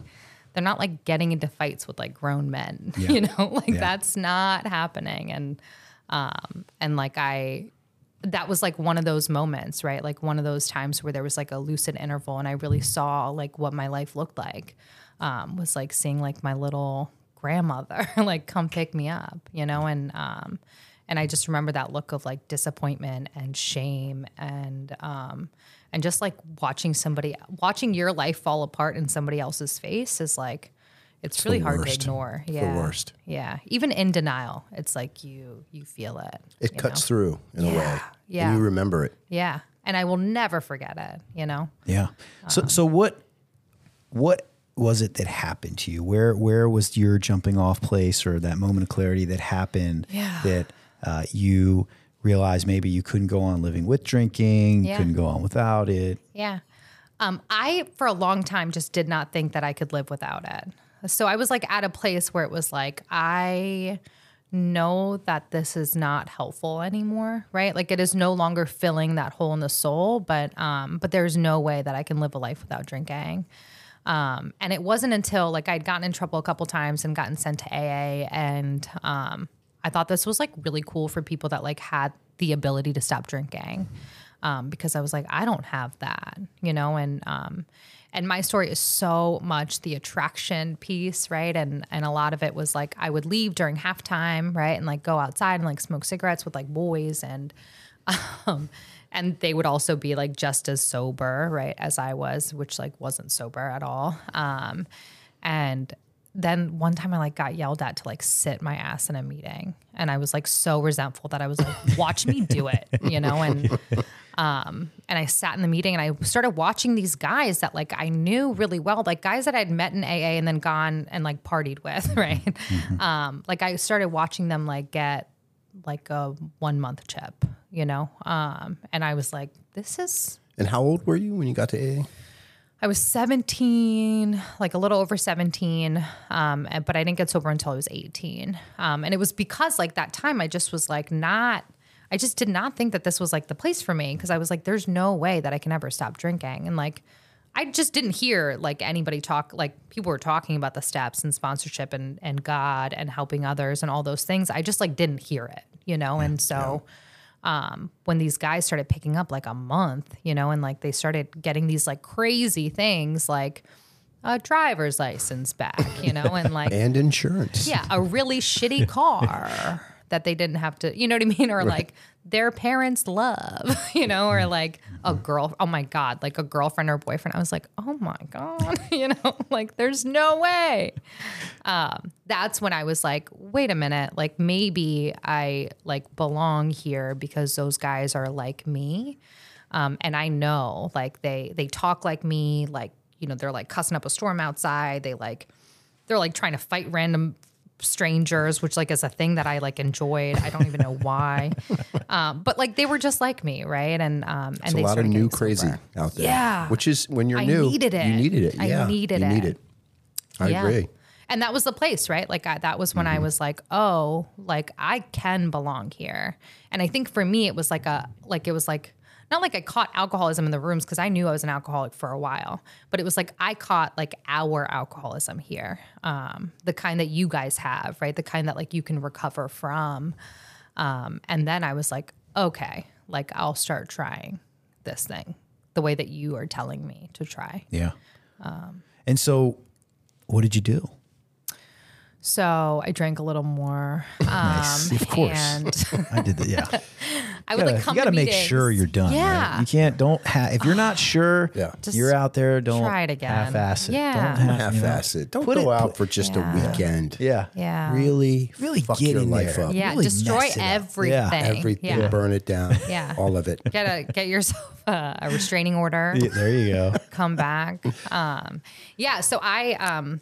Speaker 3: they're not like getting into fights with like grown men, [LAUGHS] you know? Like that's not happening. And, um, and like I, that was like one of those moments, right? Like one of those times where there was like a lucid interval, and I really saw like what my life looked like. Um, was like seeing like my little grandmother [LAUGHS] like come pick me up, you know, and um, and I just remember that look of like disappointment and shame and um, and just like watching somebody watching your life fall apart in somebody else's face is like it's, really hard
Speaker 2: worst.
Speaker 3: to ignore.
Speaker 2: the
Speaker 3: yeah,
Speaker 2: worst.
Speaker 3: Yeah, even in denial, it's like you you feel it.
Speaker 2: it
Speaker 3: you know?
Speaker 2: cuts through in a way.
Speaker 3: yeah.
Speaker 2: And you remember it.
Speaker 3: Yeah. And I will never forget it, you know?
Speaker 1: Yeah.
Speaker 3: Um,
Speaker 1: So so what what was it that happened to you? Where where was your jumping off place or that moment of clarity that happened
Speaker 3: Yeah.
Speaker 1: that uh, you realized maybe you couldn't go on living with drinking, you
Speaker 3: Yeah.
Speaker 1: couldn't go on without it.
Speaker 3: Yeah. Um, I, for a long time, just did not think that I could live without it. So I was like at a place where it was like, I know that this is not helpful anymore, right? Like it is no longer filling that hole in the soul, but um, but there's no way that I can live a life without drinking. Um, and it wasn't until like I'd gotten in trouble a couple times and gotten sent to AA, and um, I thought this was like really cool for people that like had the ability to stop drinking, um, because I was like, I don't have that, you know, and um, and my story is so much the attraction piece, right? And and a lot of it was like I would leave during halftime, right, and like go outside and like smoke cigarettes with like boys and um, and they would also be like just as sober right as i was which like wasn't sober at all um, and then one time i like got yelled at to like sit my ass in a meeting and i was like so resentful that i was like watch me do it you know and um, and I sat in the meeting and I started watching these guys that like I knew really well, like guys that I'd met in AA and then gone and like partied with, [LAUGHS] right? Um, like I started watching them like get like a one month chip, you know? Um, and I was like, this is
Speaker 2: And how old were you when you got to AA?
Speaker 3: I was 17, like a little over 17, um, and- but I didn't get sober until I was 18. Um, and it was because, like, that time I just was like, not, I just did not think that this was like the place for me because I was like, there's no way that I can ever stop drinking. And like, I just didn't hear like anybody talk, like, people were talking about the steps and sponsorship and, and God and helping others and all those things. I just like didn't hear it, you know? And so um, when these guys started picking up like a month, you know, and like they started getting these like crazy things like a driver's license back, you know, and like,
Speaker 2: And insurance.
Speaker 3: yeah, a really shitty car that they didn't have to, you know what I mean? Or like their parents' love, [LAUGHS] you know, or like a girl, oh my God, like a girlfriend or boyfriend. I was like, oh my God, [LAUGHS] you know, like there's no way that's when I was like, wait a minute, like maybe I like belong here because those guys are like me. Um, and I know like they they talk like me, like, you know, they're like cussing up a storm outside. They like they're like trying to fight random strangers, which like is a thing that I like enjoyed. I don't even know
Speaker 2: [LAUGHS]
Speaker 3: why, um, but like they were just like me, right? And um, and
Speaker 2: It's a
Speaker 3: they
Speaker 2: lot of
Speaker 3: started
Speaker 2: new
Speaker 3: getting
Speaker 2: crazy
Speaker 3: sober.
Speaker 2: out there.
Speaker 3: Yeah.
Speaker 2: Which is when you're
Speaker 3: I
Speaker 2: new,
Speaker 3: needed it.
Speaker 2: you needed it.
Speaker 3: I
Speaker 2: yeah.
Speaker 3: needed
Speaker 2: you
Speaker 3: it.
Speaker 2: Need it. I
Speaker 3: Yeah.
Speaker 2: agree. Mm-hmm.
Speaker 3: And that was the place, right? Like I, that was when I was like, oh, like I can belong here. And I think for me, it was like a like it was like not like I caught alcoholism in the rooms because I knew I was an alcoholic for a while, but it was like I caught like our alcoholism here, um, the kind that you guys have, right? The kind that like you can recover from. Um, and then I was like, okay, like I'll start trying this thing the way that you are telling me to try.
Speaker 1: Yeah.
Speaker 3: Um,
Speaker 1: and so, what did you do?
Speaker 3: So I drank a
Speaker 1: [LAUGHS]
Speaker 3: little more. Um,
Speaker 1: Of course.
Speaker 3: And [LAUGHS]
Speaker 1: I did that. Yeah.
Speaker 3: I
Speaker 1: you
Speaker 3: would
Speaker 1: gotta,
Speaker 3: like come
Speaker 1: you gotta
Speaker 3: to
Speaker 1: make
Speaker 3: meetings.
Speaker 1: sure you're done. right?
Speaker 3: Yeah.
Speaker 1: You can't, don't have, if you're not sure,
Speaker 2: Yeah. Just
Speaker 1: you're out there, don't
Speaker 3: try it again.
Speaker 1: half-ass it.
Speaker 3: Yeah.
Speaker 1: Don't ha-
Speaker 2: Half
Speaker 1: you know?
Speaker 2: ass it. Don't
Speaker 1: Put
Speaker 2: go
Speaker 1: it-
Speaker 2: out for just a weekend.
Speaker 1: Yeah.
Speaker 3: Yeah.
Speaker 1: Really, really
Speaker 2: fuck
Speaker 1: get
Speaker 2: your
Speaker 1: in
Speaker 2: life
Speaker 1: there.
Speaker 2: up.
Speaker 3: yeah,
Speaker 1: Really
Speaker 3: destroy
Speaker 1: mess it up.
Speaker 3: everything.
Speaker 2: Everything,
Speaker 3: Yeah.
Speaker 2: burn it down.
Speaker 3: Yeah.
Speaker 2: All of it.
Speaker 3: Get a get yourself a, a restraining order.
Speaker 1: [LAUGHS] [LAUGHS] Yeah. There you go.
Speaker 3: Come back. Um, yeah. So I um,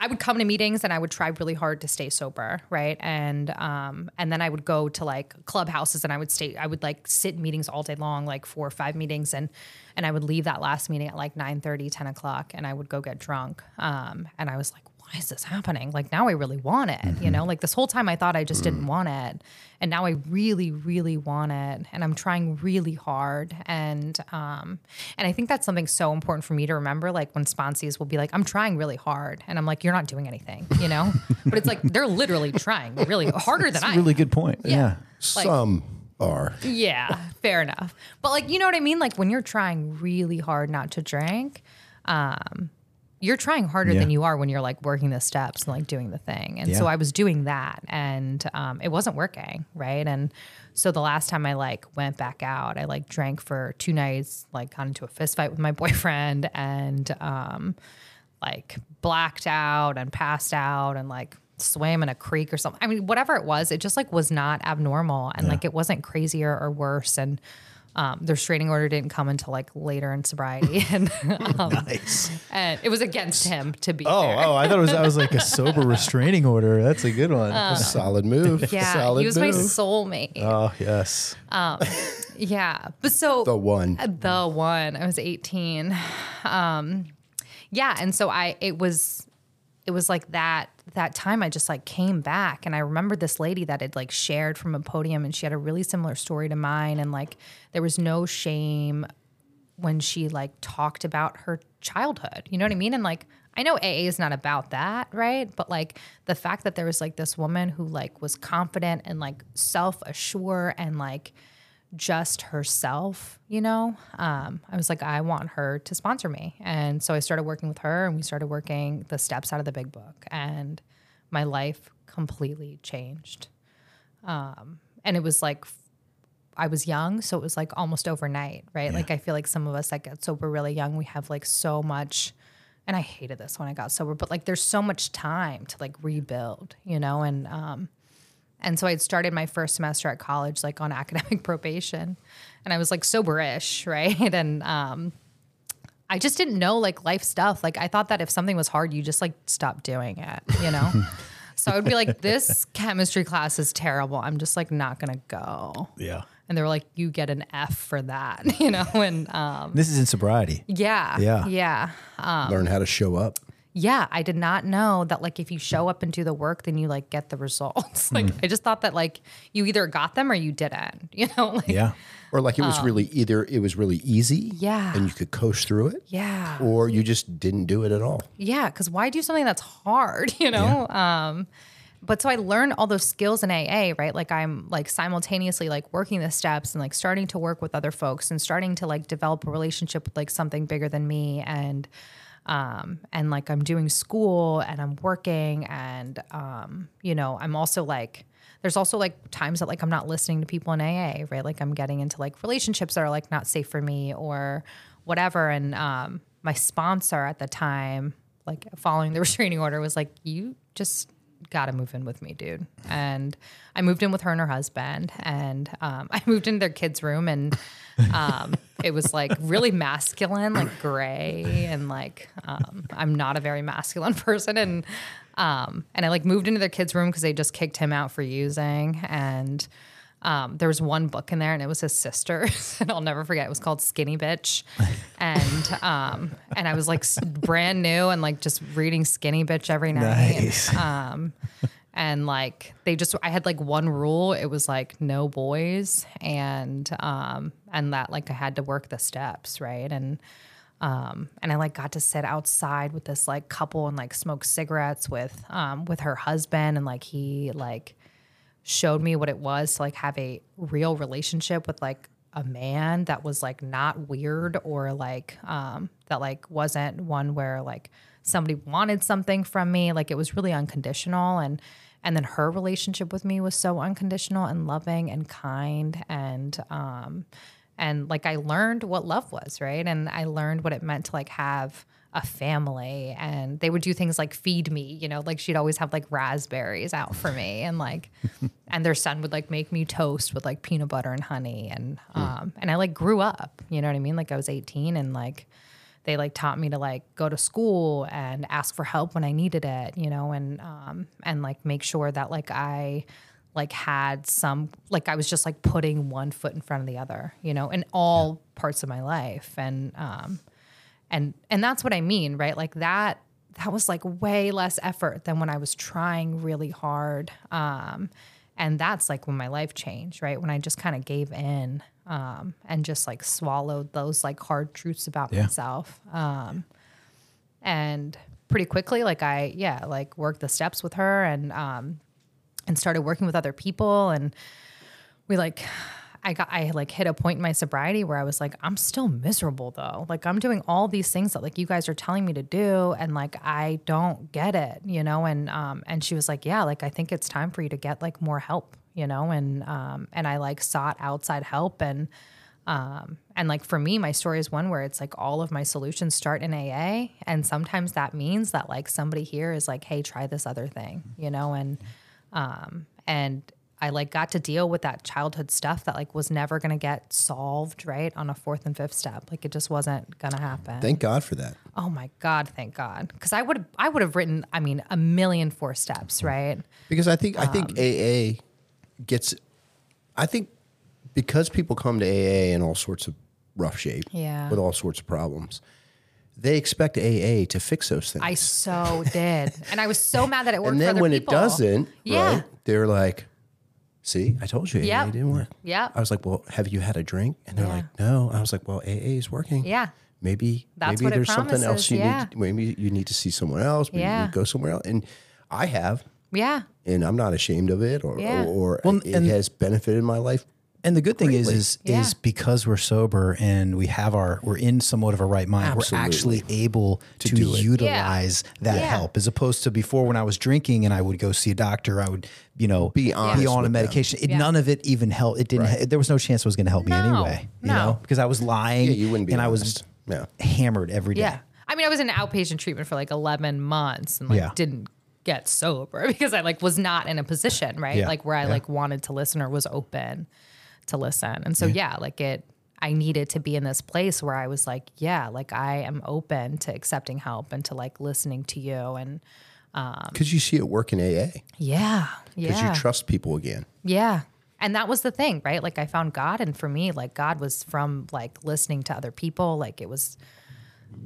Speaker 3: I would come to meetings and I would try really hard to stay sober, right? And um, and then I would go to like clubhouses and I would stay. I would like sit in meetings all day long, like four or five meetings, and and I would leave that last meeting at like 9, 10 o'clock, and I would go get drunk. Um, and I was like, why is this happening? Like now I really want it,
Speaker 1: Mm-hmm.
Speaker 3: you know. Like this whole time I thought I just
Speaker 1: Mm.
Speaker 3: didn't want it, and now I really, really want it, and I'm trying really hard. And um, and I think that's something so important for me to remember. Like when sponsees will be like, "I'm trying really hard," and I'm like, "You're not doing anything,"
Speaker 1: [LAUGHS]
Speaker 3: you know. but it's like they're literally trying really harder than I. am.
Speaker 1: really good point. Yeah.
Speaker 2: Some are.
Speaker 3: [LAUGHS] Yeah, fair enough. But like, you know what I mean? Like when you're trying really hard not to drink, um, you're trying harder
Speaker 1: Yeah.
Speaker 3: than you are when you're like working the steps and like doing the thing. And so
Speaker 1: Yeah.
Speaker 3: I was doing that and um, it wasn't working, right? And so the last time I like went back out, I like drank for two nights, like got into a fist fight with my [LAUGHS] boyfriend and um like blacked out and passed out and like swam in a creek or something. I mean, whatever it was, it just like was not abnormal and like it wasn't crazier or worse. And um, the restraining order didn't come until like later in sobriety, [LAUGHS] and, um, and it was against him to be.
Speaker 1: [LAUGHS] Oh,
Speaker 3: fair.
Speaker 1: oh, I thought it was, that was like a sober restraining order. That's a good one.
Speaker 3: Uh,
Speaker 2: Solid move.
Speaker 3: yeah,
Speaker 2: Solid
Speaker 3: he was my
Speaker 2: move.
Speaker 3: soulmate.
Speaker 1: oh, yes.
Speaker 3: yeah, but so
Speaker 2: the one.
Speaker 3: the one i was 18 um yeah and so i it was it was like that that time i just like came back and i remember this lady that had like shared from a podium and she had a really similar story to mine and like there was no shame when she like talked about her childhood. You know what I mean? And like I know AA is not about that, right? But like the fact that there was like this woman who like was confident and like self-assured and like just herself, you know? Um, I was like, I want her to sponsor me. And so I started working with her and we started working the steps out of the big book. And my life completely changed. Um, and it was like I was young, so it was like almost overnight, right? Like I feel like some of us that get sober really young, we have like so much and I hated this when I got sober, but like there's so much time to like rebuild, you know, and um and so I'd started my first semester at college like on [LAUGHS] academic probation and I was like sober-ish, [LAUGHS] right? And um I just didn't know like life stuff. Like I thought that if something was hard, you just like stop doing it, you know? so I would be like, this chemistry class is terrible. I'm just like not gonna go
Speaker 1: Yeah.
Speaker 3: and they were like, "You get an F for that," [LAUGHS] you know, and um,
Speaker 1: This is in
Speaker 3: [LAUGHS]
Speaker 1: sobriety.
Speaker 3: yeah,
Speaker 1: Yeah.
Speaker 3: yeah,
Speaker 2: Learn how to show up.
Speaker 3: yeah. I did not know that like if you show up and do the work, then you like get the [LAUGHS] results. like
Speaker 1: Hmm.
Speaker 3: I just thought that like you either got them or you didn't, [LAUGHS] you know, like
Speaker 1: Yeah.
Speaker 2: Or like it was really either it was really easy.
Speaker 3: Um, Yeah.
Speaker 2: And you could coast through it.
Speaker 3: yeah,
Speaker 2: Or you just didn't do it at all.
Speaker 3: yeah. Because why do something that's hard, [LAUGHS] you know? Um, but so I learned all those skills in AA, right? Like I'm like simultaneously like working the steps and like starting to work with other folks and starting to like develop a relationship with like something bigger than me and um and like I'm doing school and I'm working and um you know, I'm also like there's also like times that like I'm not listening to people in AA, right? Like I'm getting into like relationships that are like not safe for me or whatever and um my sponsor at the time like following the [LAUGHS] restraining order was like you just gotta move in with me, dude. And I moved in with her and her husband, and um, [LAUGHS] I moved into their kids' room, and um, it was like really masculine, like gray, and like um, I'm not a very masculine [LAUGHS] person, and Um, and I like moved into their kids' room because they just kicked him out for using. And um, there was one book in there, and it was his sister's, [LAUGHS] and I'll never forget. It was called Skinny Bitch, and um, and I was like s- brand new and like just reading Skinny Bitch every night.
Speaker 1: Nice.
Speaker 3: Um, and like they just, I had like one rule. It was like no boys, and um, and that like I had to work the steps right, and um, and I like got to sit outside with this like couple and like smoke cigarettes with um, with her husband, and like he like showed me what it was to like have a real relationship with like a man that was like not weird or like um that like wasn't one where like somebody wanted something from me like it was really unconditional and and then her relationship with me was so unconditional and loving and kind and um and like I learned what love was, right? And I learned what it meant to like have a family and they would do things like feed me, you know, like she'd always have like raspberries out for me and like and their son would like make me toast with like peanut butter and honey and um and I like grew up, you know what I mean? Like I was 18 and like they like taught me to like go to school and ask for help when I needed it, you know, and um and like make sure that like I like had some like I was just like putting one foot in front of the other, you know, in all parts of my life and um and and that's what I mean, right? Like that that was like way less effort than when I was trying really hard. Um and that's like when my life changed, right? When I just kind of gave in um and just like swallowed those like hard truths about myself. Um and pretty quickly like I yeah, like worked the steps with her and um and started working with other people and we like I got I like hit a point in my sobriety where I was like I'm still miserable though. Like I'm doing all these things that like you guys are telling me to do and like I don't get it, you know, and um and she was like, "Yeah, like I think it's time for you to get like more help, you know." And um and I like sought outside help and um, and like for me, my story is one where it's like all of my solutions start in AA, and sometimes that means that like somebody here is like, "Hey, try this other thing," you know, and um, and I like got to deal with that childhood stuff that like was never gonna get solved right on a fourth and fifth step. Like it just wasn't gonna happen.
Speaker 2: Thank God for that.
Speaker 3: oh my god, thank God, because I would I would have written I mean a million four steps right.
Speaker 2: Because I think I
Speaker 3: Um,
Speaker 2: think AA gets I think because people come to AA in all sorts of rough shape
Speaker 3: Yeah.
Speaker 2: with all sorts of problems, they expect AA to fix those things.
Speaker 3: I so did, and I was so mad that it worked.
Speaker 2: and
Speaker 3: for
Speaker 2: then
Speaker 3: other
Speaker 2: when
Speaker 3: people.
Speaker 2: it doesn't,
Speaker 3: yeah,
Speaker 2: right, they're like, see, I told you AA
Speaker 3: Yep.
Speaker 2: didn't work.
Speaker 3: Yep.
Speaker 2: I was like, well, have you had a drink? And they're
Speaker 3: Yeah.
Speaker 2: like, no. I was like, well, AA is working.
Speaker 3: Yeah.
Speaker 2: Maybe
Speaker 3: That's
Speaker 2: maybe
Speaker 3: what it
Speaker 2: there's something else
Speaker 3: promises,
Speaker 2: you
Speaker 3: yeah.
Speaker 2: need. To, maybe you need to see someone else. Maybe
Speaker 3: Yeah.
Speaker 2: you need to go somewhere else. And I have,
Speaker 3: yeah,
Speaker 2: and I'm not ashamed of it, or
Speaker 3: Yeah.
Speaker 2: or, or
Speaker 1: Well,
Speaker 2: it
Speaker 1: and-
Speaker 2: has benefited my life.
Speaker 1: And the good thing is, is,
Speaker 3: Yeah.
Speaker 1: is because we're sober and we have our, we're in somewhat of a right mind, we're actually able to, utilize that
Speaker 3: Yeah.
Speaker 1: help as opposed to before when I was drinking and I would go see a doctor, I would, you know, be,
Speaker 2: honest
Speaker 1: on a
Speaker 2: with them.
Speaker 1: medication. It,
Speaker 3: Yeah.
Speaker 1: None of it even helped. It didn't, there was no chance it was going to help me
Speaker 3: No,
Speaker 1: anyway, you
Speaker 3: no.
Speaker 1: know, because I was lying
Speaker 2: Yeah, you wouldn't be.
Speaker 1: and
Speaker 2: honest.
Speaker 1: I
Speaker 2: yeah.
Speaker 1: was hammered every day.
Speaker 3: yeah. I mean, I was in outpatient treatment for like eleven months and like
Speaker 1: Yeah.
Speaker 3: didn't get sober [LAUGHS] because I like was not in a position right,
Speaker 1: Yeah.
Speaker 3: like where I
Speaker 1: Yeah.
Speaker 3: like wanted to listen or was open to listen. And so yeah, like it, I needed to be in this place where I was like, yeah, like I am open to accepting help and to like listening to you and
Speaker 2: Because you see it work in AA.
Speaker 3: yeah,
Speaker 2: Because
Speaker 3: Um, yeah.
Speaker 2: you trust people again.
Speaker 3: Yeah. And that was the thing, right? Like I found God and for me, like God was from like listening to other people. Like it was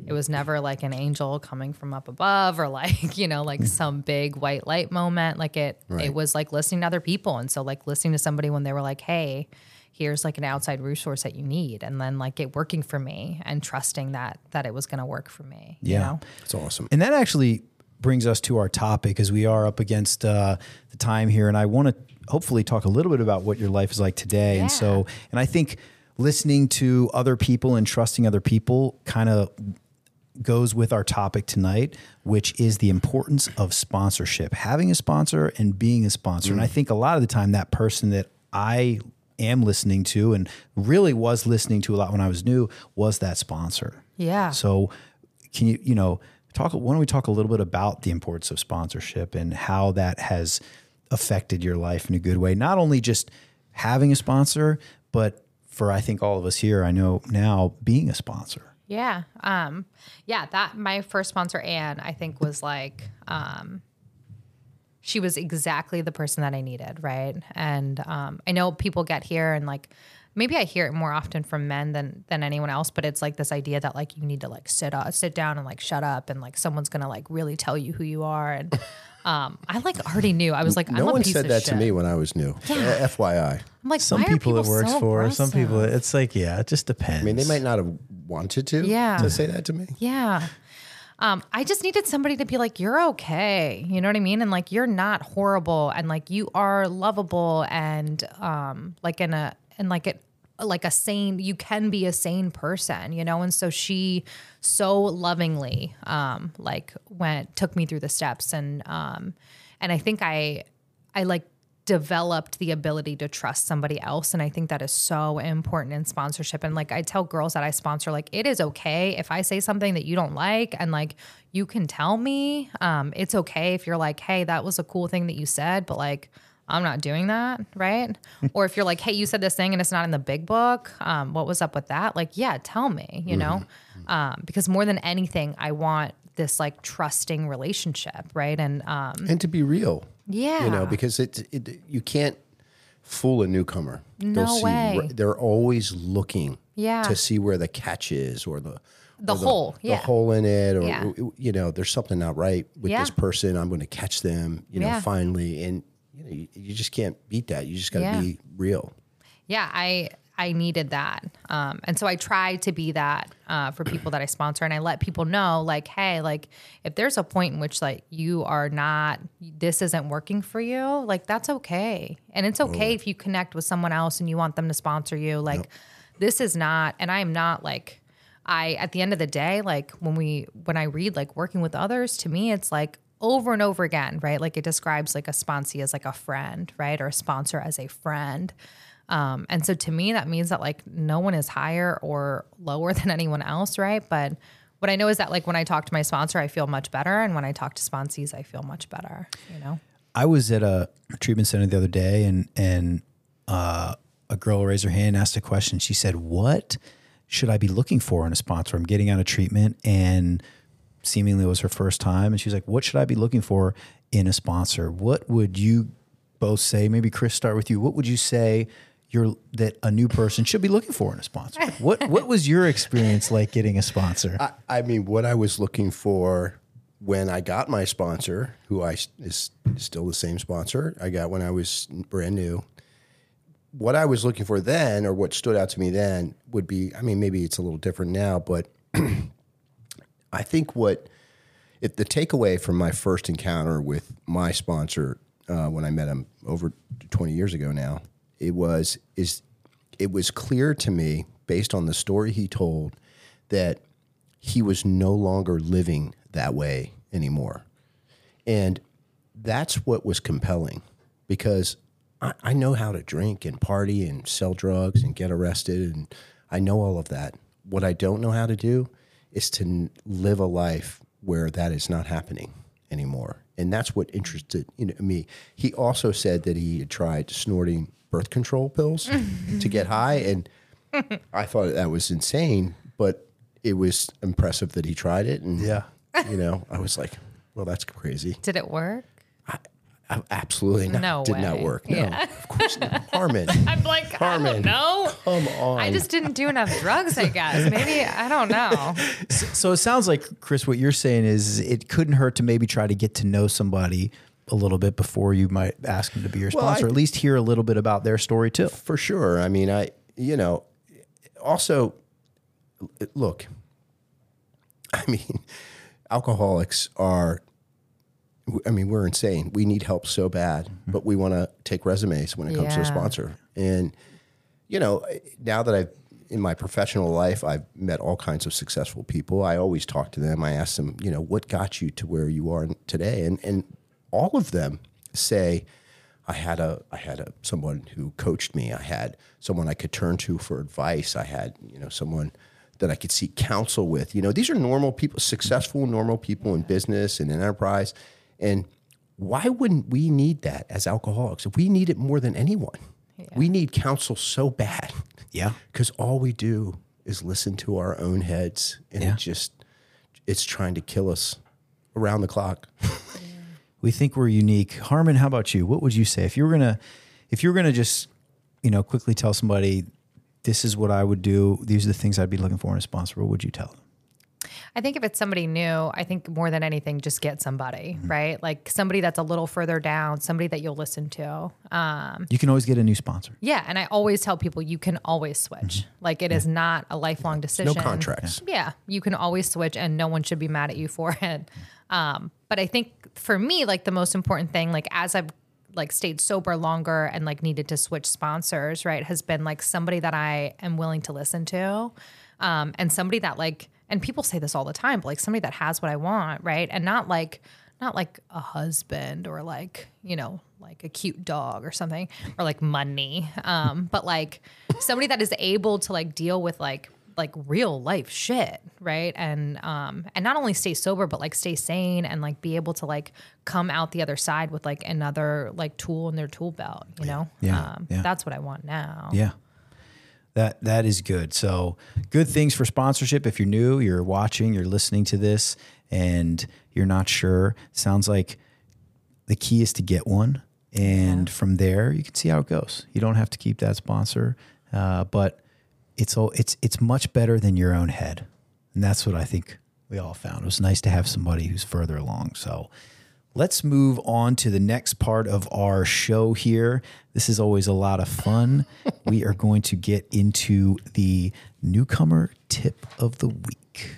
Speaker 3: it was never like an angel coming from up above or like, [LAUGHS] you know, like some big white light moment. Like it it was like listening to other people. And so like listening to somebody when they were like, Hey, here's like an outside resource that you need and then like it working for me and trusting that that it was gonna work for me.
Speaker 1: Yeah.
Speaker 3: You know?
Speaker 2: It's awesome.
Speaker 1: And that actually brings us to our topic as we are up against uh, the time here. And I want to hopefully talk a little bit about what your life is like today. And so, and I think listening to other people and trusting other people kind of goes with our topic tonight, which is the importance of sponsorship, having a sponsor and being a sponsor. And I think a lot of the time, that person that I am listening to and really was listening to a lot when I was new was that sponsor.
Speaker 3: Yeah.
Speaker 1: So, can you, you know, talk? Why don't we talk a little bit about the importance of sponsorship and how that has affected your life in a good way? Not only just having a sponsor, but for I think all of us here, I know now being a sponsor.
Speaker 3: Yeah. Um, yeah, that my first sponsor, Anne, I think was like, um, she was exactly the person that I needed, right? And um, I know people get here and like maybe I hear it more often from men than than anyone else, but it's like this idea that like you need to like sit up, sit down and like shut up, and like someone's gonna like really tell you who you are. And um, I like already knew. I was like,
Speaker 2: no
Speaker 3: I'm a
Speaker 2: one
Speaker 3: piece
Speaker 2: said
Speaker 3: of
Speaker 2: that
Speaker 3: shit.
Speaker 2: to me when I was new. Uh, FYI,
Speaker 3: I'm like,
Speaker 5: Some
Speaker 3: why are
Speaker 5: people, it works
Speaker 3: so
Speaker 5: for, some
Speaker 3: aggressive?
Speaker 5: people it's like, yeah, it just depends.
Speaker 2: I mean, they might not have wanted to.
Speaker 3: Yeah. Mm-hmm.
Speaker 2: To say that to [LAUGHS] me.
Speaker 3: Yeah. Um, I just needed somebody to be like, you're okay. You know what I mean? And like, you're not horrible and like you are lovable and, um, like in a, and like it, like a sane, you can be a sane person, you know? And so she so lovingly, um, like went, took me through the steps and, um, and I think I, I like developed the ability to trust somebody else and I think that is so important in sponsorship and like I tell girls that I sponsor like it is okay if I say something that you don't like and like you can tell me um it's okay if you're like hey that was a cool thing that you said but like I'm not doing that
Speaker 2: [LAUGHS]
Speaker 3: right or if you're like hey you said this thing and it's not in the big book um what was up with that like yeah tell me you know
Speaker 2: Mm-hmm.
Speaker 3: um because more than anything I want this like trusting relationship right and um
Speaker 2: and to be real.
Speaker 3: Yeah.
Speaker 2: You know, because it, it you can't fool a newcomer.
Speaker 3: No way.
Speaker 2: where- They're always looking
Speaker 3: Yeah.
Speaker 2: to see where the catch is or the
Speaker 3: The
Speaker 2: or
Speaker 3: hole, yeah.
Speaker 2: The hole in it or
Speaker 3: Yeah.
Speaker 2: you know, there's something not right with
Speaker 3: Yeah.
Speaker 2: this person. I'm going to catch them, you know,
Speaker 3: Yeah.
Speaker 2: finally and you, know, you, you just can't beat that. You just got to
Speaker 3: Yeah.
Speaker 2: be real.
Speaker 3: yeah i i needed that um, and so i try to be that uh, for people that i sponsor and i let people know like hey like if there's a point in which like you are not this isn't working for you like that's okay and it's okay if you connect with someone else and you want them to sponsor you like this is not and i am not like I at the end of the day, like when we when I read like working with others, to me it's like over and over again, right? Like it describes like a sponsee as like a friend, right? Or a sponsor as a friend. Um, and so to me that means that like no one is higher or lower [LAUGHS] than anyone else, right? But what I know is that like when I talk to my sponsor, I feel much better. And when I talk to sponsees, I feel much better, you know?
Speaker 1: I was at a treatment center the other day, and and uh, a girl raised her hand and asked a question. She said, "What should I be looking for in a sponsor? I'm getting out of treatment, and seemingly it was her first time. And she's like, "What should I be looking for in a sponsor? What would you both say? Maybe Chris, start with you. What would you say?" Your, that a new person should be looking for in a sponsor. What what was your experience like getting a sponsor?
Speaker 2: [LAUGHS] I, I mean, what I was looking for when I got my sponsor, who I s- is still the same sponsor I got when I was brand new. What I was looking for then, or what stood out to me then, would be I mean, maybe it's a little different now, but [CLEARS THROAT] I think what if the takeaway from my first encounter with my sponsor uh, when I met him over 20 years ago now, it was is it was clear to me based on the story he told that he was no longer living that way anymore. And that's what was compelling because I, I know how to drink and party and sell drugs and get arrested. And I know all of that. What I don't know how to do is to n- live a life where that is not happening anymore. And that's what interested you know, me. He also said that he had tried snorting birth control pills to get high. And I thought that was insane, but it was impressive that he tried it. And
Speaker 5: Yeah.
Speaker 2: you know, I was like, well, that's crazy.
Speaker 3: Did it work?
Speaker 2: I- Absolutely not.
Speaker 3: No
Speaker 2: Did not
Speaker 3: way.
Speaker 2: work. No,
Speaker 3: Yeah.
Speaker 2: of course not. Harmon,
Speaker 3: I'm like, I
Speaker 2: Carmen.
Speaker 3: don't know.
Speaker 2: come on.
Speaker 3: I just didn't do enough drugs, I guess. Maybe I don't know.
Speaker 1: So it sounds like Chris, what you're saying is it couldn't hurt to maybe try to get to know somebody a little bit before you might ask them to be your
Speaker 2: Well,
Speaker 1: sponsor.
Speaker 2: I-
Speaker 1: at least hear a little bit about their story too.
Speaker 2: for sure. I mean, I, you know, also, l- look, [LAUGHS] I mean, alcoholics are, I mean, we're insane. We need help so bad, but we want to take resumes when it comes to
Speaker 3: Yeah.
Speaker 2: a sponsor. And, you know, now that I've, in my professional life, I've met all kinds of successful people. I always talk to them. I ask them, you know, what got you to where you are today? And, and all of them say, I had a I had a someone who coached me. I had someone I could turn to for advice. I had you know someone that I could seek counsel with. You know these are normal people, successful normal people in business and in enterprise. And why wouldn't we need that as alcoholics? We need it more than anyone. We need counsel so bad.
Speaker 1: Yeah.
Speaker 2: because all we do is listen to our own heads, and
Speaker 1: Yeah.
Speaker 2: it just it's trying to kill us around the clock.
Speaker 1: We think we're unique. Harmon, how about you? What would you say if you were gonna if you were gonna just you know quickly tell somebody this is what I would do. These are the things I'd be looking for in a sponsor. What would you tell them?
Speaker 3: I think if it's somebody new, I think more than anything, just get somebody, right? Like somebody that's a little further down, somebody that you'll listen to.
Speaker 1: You can always get a new sponsor.
Speaker 3: Yeah. And I always tell people you can always switch. Like it is not a lifelong
Speaker 2: No
Speaker 3: decision.
Speaker 2: contracts.
Speaker 3: Yeah, you can always switch, and no one should be mad at you for [LAUGHS] it. Um, but I think for me, like the most important thing, like as I've like stayed sober longer and like needed to switch sponsors, right, has been like somebody that I am willing to listen to, um, and somebody that like, and people say this all the time, but like somebody that has what I want, right, and not like not like a husband or like you know like a cute dog or something or like money um but like somebody that is able to like deal with like like real life shit right and um and not only stay sober but like stay sane and like be able to like come out the other side with like another like tool in their tool belt you know
Speaker 1: Yeah.
Speaker 3: um
Speaker 1: Yeah.
Speaker 3: that's what i want now
Speaker 1: Yeah. That that is good. So good things for sponsorship. If you're new, you're watching, you're listening to this, and you're not sure. Sounds like the key is to get one, and from there you can see how it goes. You don't have to keep that sponsor, uh, but it's all it's it's much better than your own head, and that's what I think we all found. It was nice to have somebody who's further along. So. Let's move on to the next part of our show here. This is always a lot of fun. we are going to get into the newcomer tip of the week.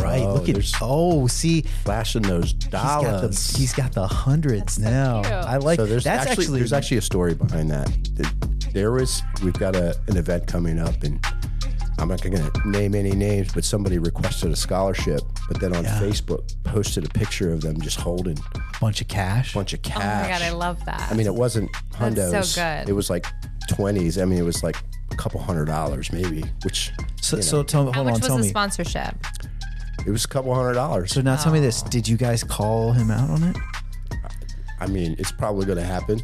Speaker 1: Right. look at
Speaker 2: there's-
Speaker 1: Oh, see, he's
Speaker 2: Flashing those
Speaker 1: got the,
Speaker 2: dollars.
Speaker 1: he's got the hundreds now.
Speaker 3: cute.
Speaker 1: I like
Speaker 2: so there's
Speaker 1: that's
Speaker 2: actually, there's actually a story behind that. Th- There was we've got a, an event coming up, and I'm not going to name any names, but somebody requested a scholarship, but then on Facebook posted a picture of them just holding a
Speaker 1: a bunch of cash.
Speaker 2: bunch of
Speaker 3: oh my
Speaker 2: cash.
Speaker 3: god i love that
Speaker 2: I mean, it wasn't hundos.
Speaker 3: That's so good.
Speaker 2: It was like 20s. I mean, it was like a couple hundred dollars maybe, which
Speaker 1: so, so tell me,
Speaker 3: how
Speaker 1: hold
Speaker 3: much
Speaker 1: on,
Speaker 3: was
Speaker 1: tell
Speaker 3: the
Speaker 1: me. [LAUGHS]
Speaker 3: sponsorship
Speaker 2: it was a couple hundred dollars.
Speaker 1: So now tell me
Speaker 3: Oh.
Speaker 1: this: Did you guys call him out on it?
Speaker 2: I mean, it's probably going to happen.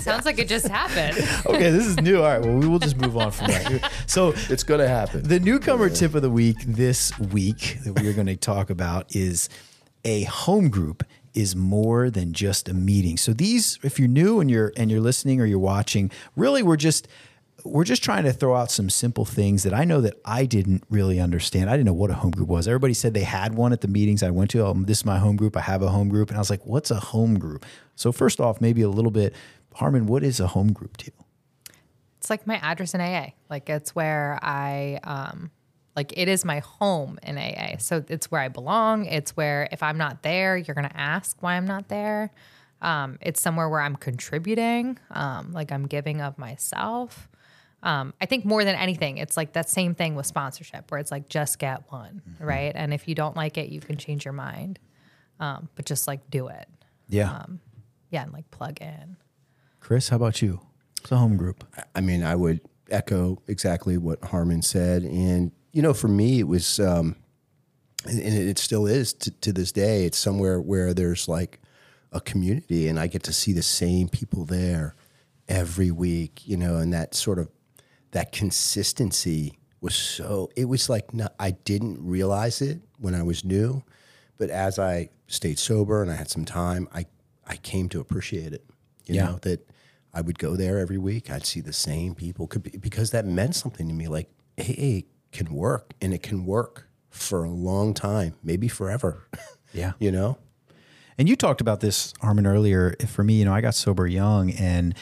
Speaker 3: sounds like it just happened
Speaker 1: Okay, this is new. All right, well, we will just move on from that. [LAUGHS] So
Speaker 2: It's going to
Speaker 1: [LAUGHS]
Speaker 2: happen.
Speaker 1: The newcomer tip of the week this week that we're going to talk about is a home group is more than just a meeting. So these if you're new and you're and you're listening or you're watching, really we're just we're just trying to throw out some simple things that I know that I didn't really understand. I didn't know what a home group was. Everybody said they had one at the meetings I went to. Um, this is my home group. I have a home group. And I was like, what's a home group? So first off, maybe a little bit Harmon, what is a home group to you?
Speaker 3: it's like my address in AA. Like it's where I um like it is my home in AA. So it's where I belong. It's where if I'm not there, you're gonna ask why I'm not there. Um, it's somewhere where I'm contributing, um, like I'm giving of myself. Um, I think more than anything, it's like that same thing with sponsorship, where it's like just get one, right? And if you don't like it, you can change your mind, um, but just like do it,
Speaker 1: Yeah.
Speaker 3: yeah, and like plug in.
Speaker 1: Chris, how about you? It's a home group.
Speaker 2: I mean, I would echo exactly what Harmon said, and you know, for me, it was, um, and and it still is to, to this day. It's somewhere where there's like a community, and I get to see the same people there every week, you know, and that sort of that consistency was so. It was like no, I didn't realize it when I was new, but as I stayed sober and I had some time, I I came to appreciate it. You
Speaker 1: Yeah.
Speaker 2: know that I would go there every week. I'd see the same people could be, because that meant something to me. Like AA can work, and it can work for a long time, maybe forever. [LAUGHS]
Speaker 1: Yeah.
Speaker 2: you know,
Speaker 1: And you talked about this, Armin, earlier. For me, you know, I got sober young and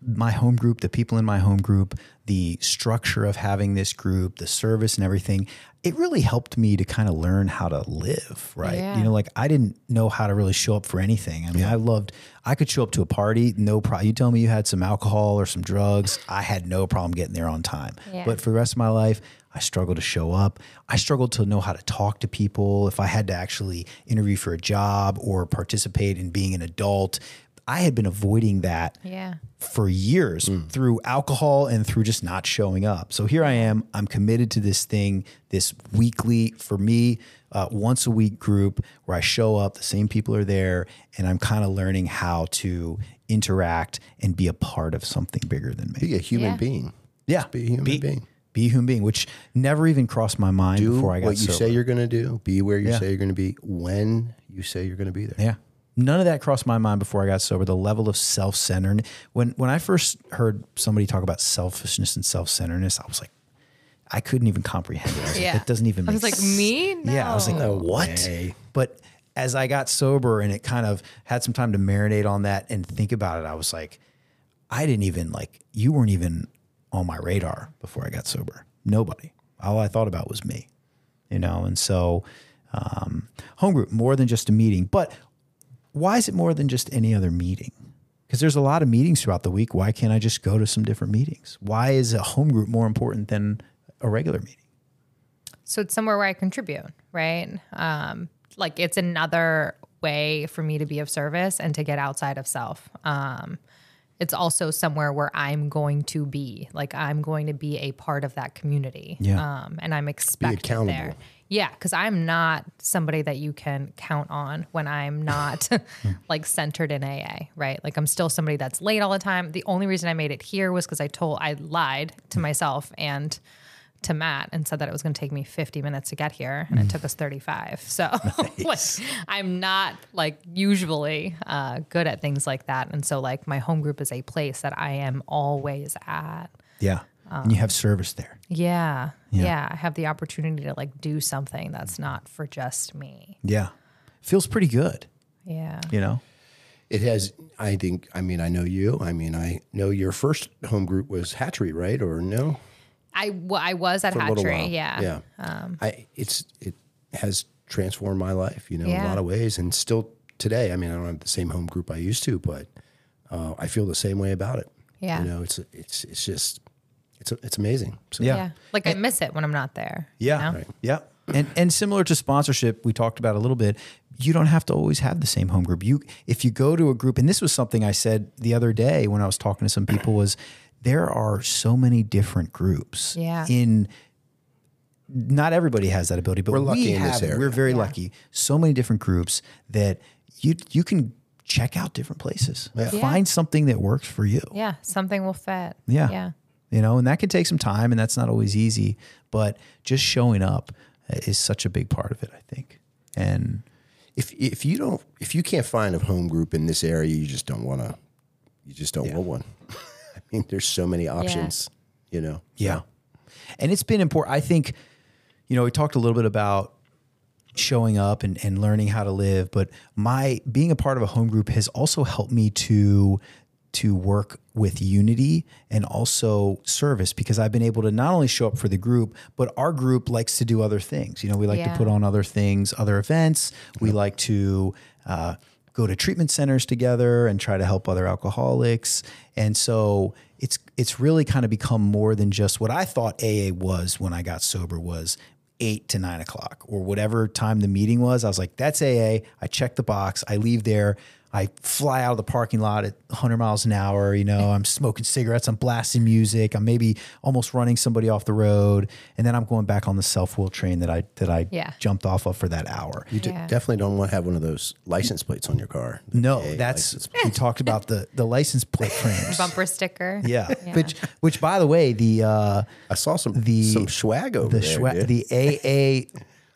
Speaker 1: my home group, the people in my home group, the structure of having this group, the service and everything, it really helped me to kind of learn how to live, right?
Speaker 3: Yeah.
Speaker 1: You know, like I didn't know how to really show up for anything. I mean, I loved, I could show up to a party, no problem. You tell me you had some alcohol or some drugs, I had no problem getting there on time.
Speaker 3: Yeah.
Speaker 1: But for the rest of my life, I struggled to show up. I struggled to know how to talk to people. If I had to actually interview for a job or participate in being an adult, I had been avoiding that
Speaker 3: Yeah.
Speaker 1: for years
Speaker 2: Hmm.
Speaker 1: through alcohol and through just not showing up. So here I am. I'm committed to this thing, this weekly, for me, uh, once a week group where I show up, the same people are there, and I'm kind of learning how to interact and be a part of something bigger than me.
Speaker 2: be a human
Speaker 3: Yeah.
Speaker 2: being.
Speaker 1: Yeah.
Speaker 2: Be a human
Speaker 1: Be-
Speaker 2: being.
Speaker 1: Be a human being, which never even crossed my mind
Speaker 2: Do
Speaker 1: before I got
Speaker 2: what you
Speaker 1: sober.
Speaker 2: say you're going to do. Be where you
Speaker 1: Yeah.
Speaker 2: say you're going to be. When you say you're going to be there.
Speaker 1: Yeah. None of that crossed my mind before I got sober. The level of self centered. When when I first heard somebody talk about selfishness and self centeredness, I was like, I couldn't even comprehend it. I was like,
Speaker 3: Yeah.
Speaker 1: that doesn't even
Speaker 3: I
Speaker 1: make
Speaker 3: was like,
Speaker 1: sense.
Speaker 3: me?
Speaker 1: Yeah. I was like,
Speaker 3: No.
Speaker 1: what? But as I got sober and it kind of had some time to marinate on that and think about it, I was like, I didn't even like you weren't even on my radar before I got sober. Nobody. All I thought about was me. You know, and so um, home group, more than just a meeting. But why is it more than just any other meeting? Because there's a lot of meetings throughout the week. Why can't I just go to some different meetings? Why is a home group more important than a regular meeting?
Speaker 3: So it's somewhere where I contribute, right? Um, like it's another way for me to be of service and to get outside of self. Um, it's also somewhere where I'm going to be, like I'm going to be a part of that community,
Speaker 1: Yeah.
Speaker 3: um, and I'm expected
Speaker 2: accountable.
Speaker 3: there. Yeah, because I'm not somebody that you can count on when I'm not [LAUGHS] like centered in AA, right? Like I'm still somebody that's late all the time. The only reason I made it here was because I told I lied to myself and to Matt and said that it was going to take me 50 minutes to get here, and it took us 35. So [LAUGHS] like, I'm not like usually uh, good at things like that, and so like my home group is a place that I am always at.
Speaker 1: Yeah. and you have service there.
Speaker 3: Yeah, yeah. I have the opportunity to like do something that's not for just me.
Speaker 1: Yeah. Feels pretty good,
Speaker 3: Yeah.
Speaker 1: you know?
Speaker 2: It has, I think, I mean, I know you. I mean, I know your first home group was Hatchery, right? Or no?
Speaker 3: I wa- I was at
Speaker 2: For a little
Speaker 3: Hatchery.
Speaker 2: while.
Speaker 3: Yeah. Um,
Speaker 2: Yeah. I, it's, it has transformed my life, you know, in
Speaker 3: Yeah.
Speaker 2: a lot of ways. And still today, I mean, I don't have the same home group I used to, but uh, I feel the same way about it.
Speaker 3: Yeah.
Speaker 2: You know, it's, it's, it's just, it's, it's amazing. So,
Speaker 1: Yeah.
Speaker 3: Yeah. Like I miss it when I'm not there. you
Speaker 1: Yeah.
Speaker 3: know?
Speaker 1: Yeah. And and similar to sponsorship, we talked about a little bit. You don't have to always have the same home group. You if you go to a group, and this was something I said the other day when I was talking to some people was there are so many different groups.
Speaker 3: Yeah.
Speaker 1: In not everybody has that ability, but we're
Speaker 2: lucky
Speaker 1: we
Speaker 2: in this
Speaker 1: have it.
Speaker 2: area.
Speaker 1: We're very lucky. So many different groups that you you can check out different places. Find something that works for you.
Speaker 3: Yeah. Something will fit.
Speaker 1: Yeah.
Speaker 3: Yeah.
Speaker 1: You know, and that can take some time and that's not always easy, but just showing up is such a big part of it, I think. And
Speaker 2: if if you don't if you can't find a home group in this area, you just don't want to. You just don't want one. [LAUGHS] I mean, there's so many options. You know.
Speaker 1: yeah. And it's been important. I think, you know, we talked a little bit about showing up and, and learning how to live, but my being a part of a home group has also helped me to to work with unity and also service because I've been able to not only show up for the group, but our group likes to do other things. You know, we like to
Speaker 3: Yeah.
Speaker 1: put on other things, other events. We like to uh, go to treatment centers together and try to help other alcoholics. And so it's it's really kind of become more than just what I thought AA was when I got sober was eight to nine o'clock or whatever time the meeting was. I was like, that's AA. I check the box. I leave there. I fly out of the parking lot at 100 miles an hour. You know, I'm smoking cigarettes. I'm blasting music. I'm maybe almost running somebody off the road, and then I'm going back on the self will train that I that I
Speaker 3: Yeah.
Speaker 1: jumped off of for that hour.
Speaker 2: You d-
Speaker 3: Yeah.
Speaker 2: definitely don't want to have one of those license plates on your car.
Speaker 1: No, that's we talked about the the
Speaker 3: [LAUGHS]
Speaker 1: license plate frames.
Speaker 3: Bumper sticker.
Speaker 1: Yeah. which which by the way, the uh,
Speaker 2: I saw some
Speaker 1: The-
Speaker 2: some swag over
Speaker 1: the
Speaker 2: there.
Speaker 1: schwa-
Speaker 2: dude.
Speaker 1: the AA.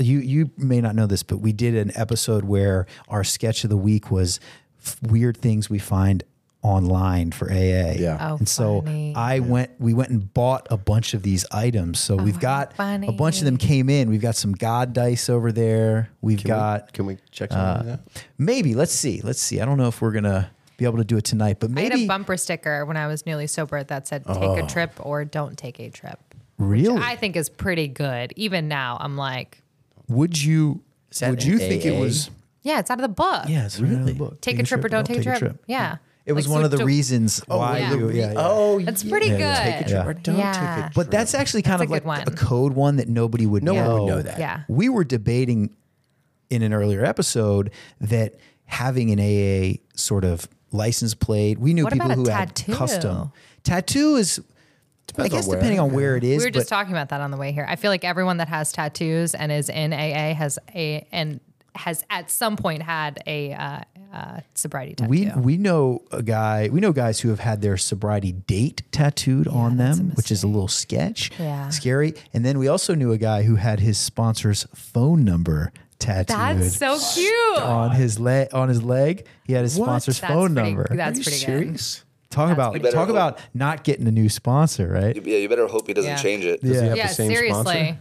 Speaker 1: You you may not know this, but we did an episode where our sketch of the week was f- weird things we find online for AA.
Speaker 2: Yeah. Oh,
Speaker 1: and so uh,
Speaker 3: funny.
Speaker 1: I went. We went and bought a bunch of these items. So we've got
Speaker 3: Oh, funny.
Speaker 1: a bunch of them came in. We've got some God dice over there. We've got
Speaker 2: Can we check
Speaker 1: Uh,
Speaker 2: something out?
Speaker 1: maybe. Let's see. Let's see. I don't know if we're gonna be able to do it tonight, but
Speaker 3: I had a
Speaker 1: maybe
Speaker 3: bumper sticker when I was newly sober that said "Take a trip" or "Don't take a trip."
Speaker 1: really.
Speaker 3: I think is pretty good. Even now, I'm like,
Speaker 1: would you?
Speaker 2: that
Speaker 1: Would
Speaker 2: an
Speaker 1: you think it
Speaker 2: AA?
Speaker 1: was?
Speaker 3: yeah, it's out of the book.
Speaker 5: Yeah, it's really.
Speaker 3: Take, a, trip, or don't take, a trip. Yeah.
Speaker 1: It was
Speaker 3: Like,
Speaker 1: one
Speaker 3: so
Speaker 1: of the
Speaker 3: don't-
Speaker 1: reasons why
Speaker 3: yeah.
Speaker 1: you. Yeah, yeah.
Speaker 2: Oh,
Speaker 3: That's pretty
Speaker 1: yeah.
Speaker 3: good.
Speaker 1: Take a
Speaker 2: Or don't
Speaker 3: Yeah.
Speaker 2: take it.
Speaker 1: But that's actually kind
Speaker 3: That's
Speaker 1: of
Speaker 3: a
Speaker 1: like
Speaker 3: good
Speaker 1: a
Speaker 3: one.
Speaker 1: code one that nobody would
Speaker 2: No
Speaker 1: know.
Speaker 2: one would know that.
Speaker 3: Yeah.
Speaker 1: We were debating in an earlier episode that having an AA sort of license plate, we knew
Speaker 3: What
Speaker 1: people
Speaker 3: about a
Speaker 1: who
Speaker 3: tattoo?
Speaker 1: had custom tattoo is. I
Speaker 2: Depends on
Speaker 1: guess
Speaker 2: where.
Speaker 1: depending on where it is,
Speaker 3: We were
Speaker 1: but
Speaker 3: just talking about that on the way here. I feel like everyone that has tattoos and is in AA has a and has at some point had a uh, uh, sobriety tattoo.
Speaker 1: We we know a guy. We know guys who have had their sobriety date tattooed on them, which is a little sketch,
Speaker 3: Yeah.
Speaker 1: scary. And then we also knew a guy who had his sponsor's phone number tattooed
Speaker 3: That's so cute.
Speaker 1: on his leg. On his leg, he had his sponsor's
Speaker 3: That's
Speaker 1: phone
Speaker 3: pretty-
Speaker 1: number.
Speaker 3: That's pretty good.
Speaker 1: talk about
Speaker 4: better
Speaker 1: talk
Speaker 4: hope-
Speaker 1: about not getting a new sponsor, right?
Speaker 4: Yeah, you better hope he doesn't
Speaker 3: Yeah.
Speaker 4: change it.
Speaker 2: Does he have
Speaker 3: Yeah,
Speaker 2: the same
Speaker 3: seriously. Um,
Speaker 2: sponsor?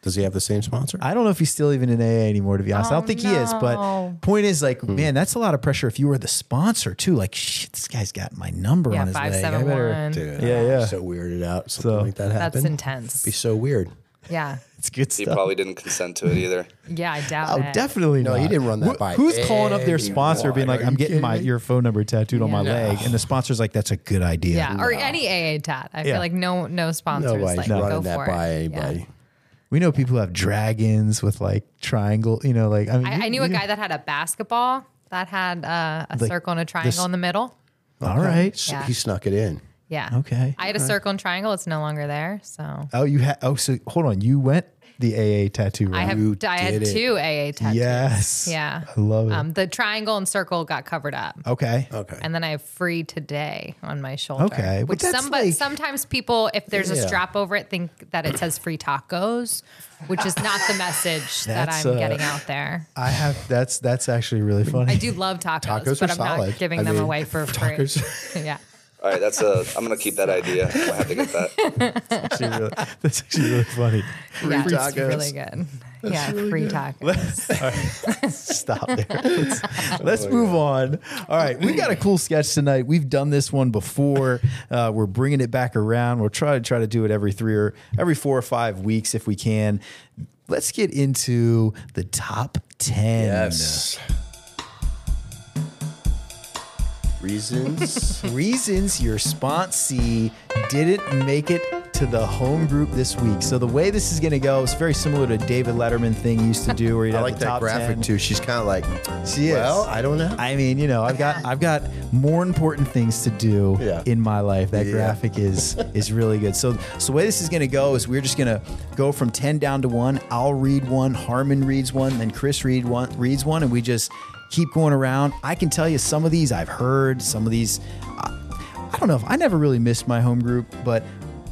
Speaker 2: Does he have the same sponsor?
Speaker 1: I don't know if he's still even in AA anymore, to be honest. I don't
Speaker 3: Oh,
Speaker 1: think he is.
Speaker 3: no.
Speaker 1: But point is, like, man, that's a lot of pressure if you were the sponsor too. Like, shit, this guy's got my number
Speaker 3: Yeah,
Speaker 1: on his
Speaker 3: five
Speaker 1: leg. I
Speaker 3: seven
Speaker 1: better.
Speaker 3: one.
Speaker 2: Dude,
Speaker 1: Yeah, yeah.
Speaker 2: So weirded out. Something
Speaker 1: So-
Speaker 2: like that happened.
Speaker 3: That's
Speaker 2: Be
Speaker 3: intense.
Speaker 2: so weird.
Speaker 3: Yeah,
Speaker 1: It's good
Speaker 4: He
Speaker 1: stuff.
Speaker 4: probably didn't consent to it either.
Speaker 3: yeah, I doubt
Speaker 1: Oh,
Speaker 3: it.
Speaker 1: definitely
Speaker 2: No,
Speaker 1: not.
Speaker 2: he didn't run that
Speaker 1: Wh-
Speaker 2: by
Speaker 1: Who's calling up their sponsor, being
Speaker 2: anyone.
Speaker 1: like,
Speaker 2: Are
Speaker 1: "I'm
Speaker 2: you
Speaker 1: getting
Speaker 2: kidding
Speaker 1: my
Speaker 2: me?"
Speaker 1: your phone number tattooed on my
Speaker 3: Yeah.
Speaker 1: leg," and the sponsor's like, "That's a good idea."
Speaker 3: Yeah, or any AA tat. I
Speaker 1: Yeah.
Speaker 3: feel like no no sponsors
Speaker 2: Nobody's
Speaker 3: like go
Speaker 2: running
Speaker 3: for
Speaker 2: that by
Speaker 3: it. Yeah.
Speaker 2: anybody.
Speaker 1: We know people who have dragons with like triangle. You know, like I mean,
Speaker 3: I, I knew a guy that had a basketball that had uh, a
Speaker 1: Like
Speaker 3: circle and a triangle
Speaker 1: this-
Speaker 3: in the middle.
Speaker 1: All right.
Speaker 2: S-
Speaker 3: Yeah.
Speaker 2: He snuck it in.
Speaker 3: Yeah.
Speaker 1: Okay.
Speaker 3: I had a circle and triangle. It's no longer there. So
Speaker 1: Oh, you had. Oh, so hold on. You went the AA tattoo.
Speaker 3: I
Speaker 1: Route.
Speaker 3: have
Speaker 2: You
Speaker 3: I had
Speaker 2: did it.
Speaker 3: two AA tattoos.
Speaker 1: Yes.
Speaker 3: Yeah.
Speaker 1: I love it.
Speaker 3: Um, the triangle and circle got covered up.
Speaker 1: okay.
Speaker 2: Okay.
Speaker 3: And then I have free today on my shoulder.
Speaker 1: Okay, but
Speaker 3: Which
Speaker 1: that's
Speaker 3: some,
Speaker 1: like-
Speaker 3: sometimes people, if there's
Speaker 2: Yeah.
Speaker 3: a strap over it, think that it says free tacos, which is not
Speaker 1: [LAUGHS]
Speaker 3: the message that
Speaker 1: That's,
Speaker 3: I'm
Speaker 1: uh,
Speaker 3: getting out
Speaker 1: [LAUGHS]
Speaker 3: there.
Speaker 1: I have. That's that's actually really funny.
Speaker 3: I do love tacos,
Speaker 2: Tacos
Speaker 3: but
Speaker 2: are
Speaker 3: I'm
Speaker 2: solid.
Speaker 3: not giving
Speaker 2: I
Speaker 3: them
Speaker 2: mean,
Speaker 3: away
Speaker 1: [LAUGHS]
Speaker 3: for free.
Speaker 2: tacos-
Speaker 3: [LAUGHS] yeah.
Speaker 4: All right, that's a. I'm gonna keep that idea. I have to get that.
Speaker 1: Actually really- [LAUGHS] that's actually really funny.
Speaker 3: yeah, it's
Speaker 2: tacos.
Speaker 3: really good. yeah, free
Speaker 1: [LAUGHS]
Speaker 3: tacos.
Speaker 1: Stop there.
Speaker 2: [LAUGHS]
Speaker 1: Let's, let's
Speaker 2: Oh
Speaker 1: move on. All right, we got a cool sketch tonight. We've done this one before. Uh, we're bringing it back around. We'll try to try to do it every three or every four or five weeks if we can. Let's get into the top ten.
Speaker 2: [LAUGHS] Reasons.
Speaker 1: reasons your sponsee didn't make it to the home group this week. So the way this is going to go is very similar to David Letterman thing he used to do, where he'd
Speaker 2: [LAUGHS] I
Speaker 1: have
Speaker 2: like
Speaker 1: the
Speaker 2: that
Speaker 1: top
Speaker 2: graphic
Speaker 1: 10.
Speaker 2: too. She's kind of like,
Speaker 1: She is.
Speaker 2: well, I don't know.
Speaker 1: I mean, you know, I've got I've got more important things to do
Speaker 2: Yeah.
Speaker 1: in my life. That
Speaker 2: Yeah.
Speaker 1: graphic is is really good. So so the way this is gonna go is we're just gonna go from ten down to one. I'll read one, Harmon reads one, then Chris read one reads one, and we just keep going around. I can tell you some of these I've heard, some of these I, I don't know if I never really missed my home group, but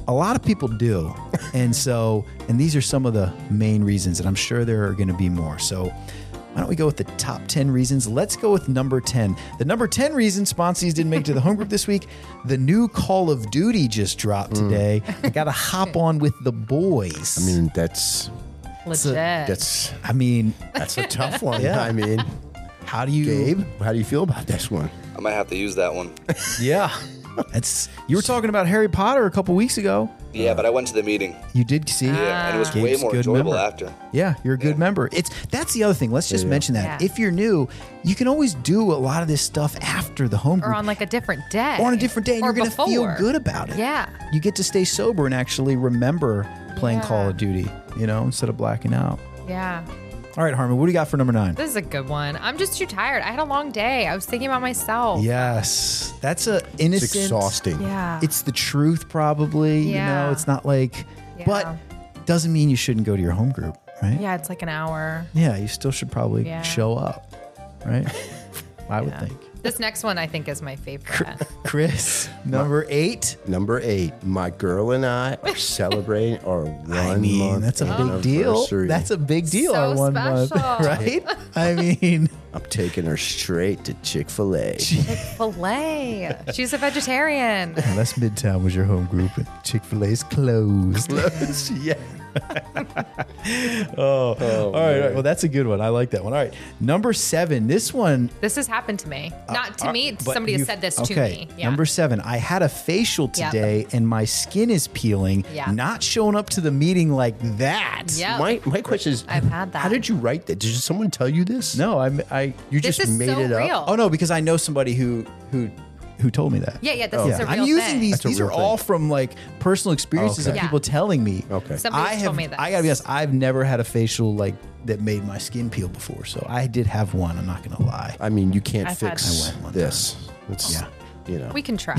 Speaker 1: a lot of people [LAUGHS] do. And so, and these are some of the main reasons, and I'm sure there are going to be more. So, why don't we go with the top 10 reasons? Let's go with number 10. The number 10 reason sponsees didn't make it to the home group this [LAUGHS] week. The new Call of Duty just dropped [LAUGHS] today. I got to hop on with the boys. Mm. I mean,
Speaker 2: And that's
Speaker 3: Legit.
Speaker 2: that's that's a tough one.
Speaker 1: Yeah.
Speaker 2: I mean,
Speaker 1: how do you
Speaker 2: Gabe, how do you feel about this one?
Speaker 4: I might have to use that
Speaker 3: [LAUGHS]
Speaker 4: one.
Speaker 1: [LAUGHS] Yeah. That's you were talking about Harry Potter a couple weeks ago.
Speaker 4: Yeah, but I went to the meeting.
Speaker 1: You did see
Speaker 4: Yeah, and it was
Speaker 1: Gabe's
Speaker 4: way more
Speaker 1: good
Speaker 4: enjoyable
Speaker 1: member.
Speaker 4: after.
Speaker 1: Yeah, you're a good member. It's that's the other thing. Let's just mention that.
Speaker 3: Yeah.
Speaker 1: If you're new, you can always do a lot of this stuff after the home
Speaker 3: or
Speaker 1: group
Speaker 3: on like a different day.
Speaker 1: or on a different day and
Speaker 3: Or
Speaker 1: you're going to feel
Speaker 3: before.
Speaker 1: good about it.
Speaker 3: Yeah.
Speaker 1: You get to stay sober and actually remember playing
Speaker 3: Yeah.
Speaker 1: Call of Duty, you know, instead of blacking out.
Speaker 3: Yeah.
Speaker 1: All right, Harmon, what do you got for number 9?
Speaker 3: This is a good one. I'm just too tired. I had a long day. I was thinking about myself.
Speaker 1: Yes. That's a
Speaker 2: It's
Speaker 1: innocent
Speaker 2: exhausting.
Speaker 3: Yeah.
Speaker 1: It's the truth probably, you
Speaker 3: Yeah.
Speaker 1: know. It's not like
Speaker 3: Yeah.
Speaker 1: but doesn't mean you shouldn't go to your home group, right?
Speaker 3: yeah, it's like an hour.
Speaker 1: Yeah, you still should probably
Speaker 3: Yeah.
Speaker 1: show up,
Speaker 3: [LAUGHS]
Speaker 1: right? I would think.
Speaker 3: This next one I think is my [LAUGHS] favorite.
Speaker 1: [LAUGHS] Chris, number eight.
Speaker 2: Number eight, my girl and I
Speaker 1: [LAUGHS]
Speaker 2: are celebrating our one
Speaker 1: I mean,
Speaker 2: month
Speaker 1: that's a big deal.
Speaker 2: anniversary.
Speaker 1: That's a big deal.
Speaker 3: So
Speaker 1: our one month, [LAUGHS]
Speaker 3: special.
Speaker 1: right? I mean,
Speaker 2: I'm taking her straight to Chick Fil A.
Speaker 3: Filet. She's a vegetarian.
Speaker 1: [LAUGHS] unless Midtown was your home group, Chick Fil A's [LAUGHS] closed.
Speaker 2: [LAUGHS] yeah. Oh,
Speaker 1: all, right, all right. Well, that's a good one. I like that one. All right, number seven. This one
Speaker 3: This has happened to me. Not to me.
Speaker 1: Uh, But
Speaker 3: Somebody has
Speaker 1: you've-
Speaker 3: said this to
Speaker 1: okay,
Speaker 3: me. Yeah.
Speaker 1: Number seven, I had a facial
Speaker 3: Yep.
Speaker 1: today and my skin is peeling.
Speaker 3: Yeah.
Speaker 1: Not showing up to the meeting like that.
Speaker 3: Yep.
Speaker 2: My my question is,
Speaker 3: I've had that.
Speaker 2: How did you write that? Did someone tell you this?
Speaker 1: No, I'm, I.
Speaker 2: you
Speaker 3: This
Speaker 2: just
Speaker 3: is
Speaker 2: made
Speaker 3: so
Speaker 2: it up.
Speaker 3: real.
Speaker 1: Oh no, because I know somebody who who who told me that.
Speaker 3: Yeah, yeah. This is a real
Speaker 1: Oh. I'm using
Speaker 3: thing.
Speaker 1: these.
Speaker 2: That's a
Speaker 1: these
Speaker 2: real
Speaker 1: are all
Speaker 2: thing.
Speaker 1: from like personal experiences
Speaker 2: Okay.
Speaker 1: of
Speaker 3: Yeah.
Speaker 1: people telling me.
Speaker 2: Okay.
Speaker 3: Somebody's
Speaker 1: I have,
Speaker 3: told me this.
Speaker 1: I gotta be honest. I've never had a facial like that made my skin peel before. So I did have one. I'm not gonna lie.
Speaker 2: I mean, you can't
Speaker 3: I've had-
Speaker 2: fix
Speaker 1: I went one
Speaker 2: this. It's,
Speaker 1: Yeah.
Speaker 2: You know.
Speaker 3: We
Speaker 1: [LAUGHS]
Speaker 3: can try.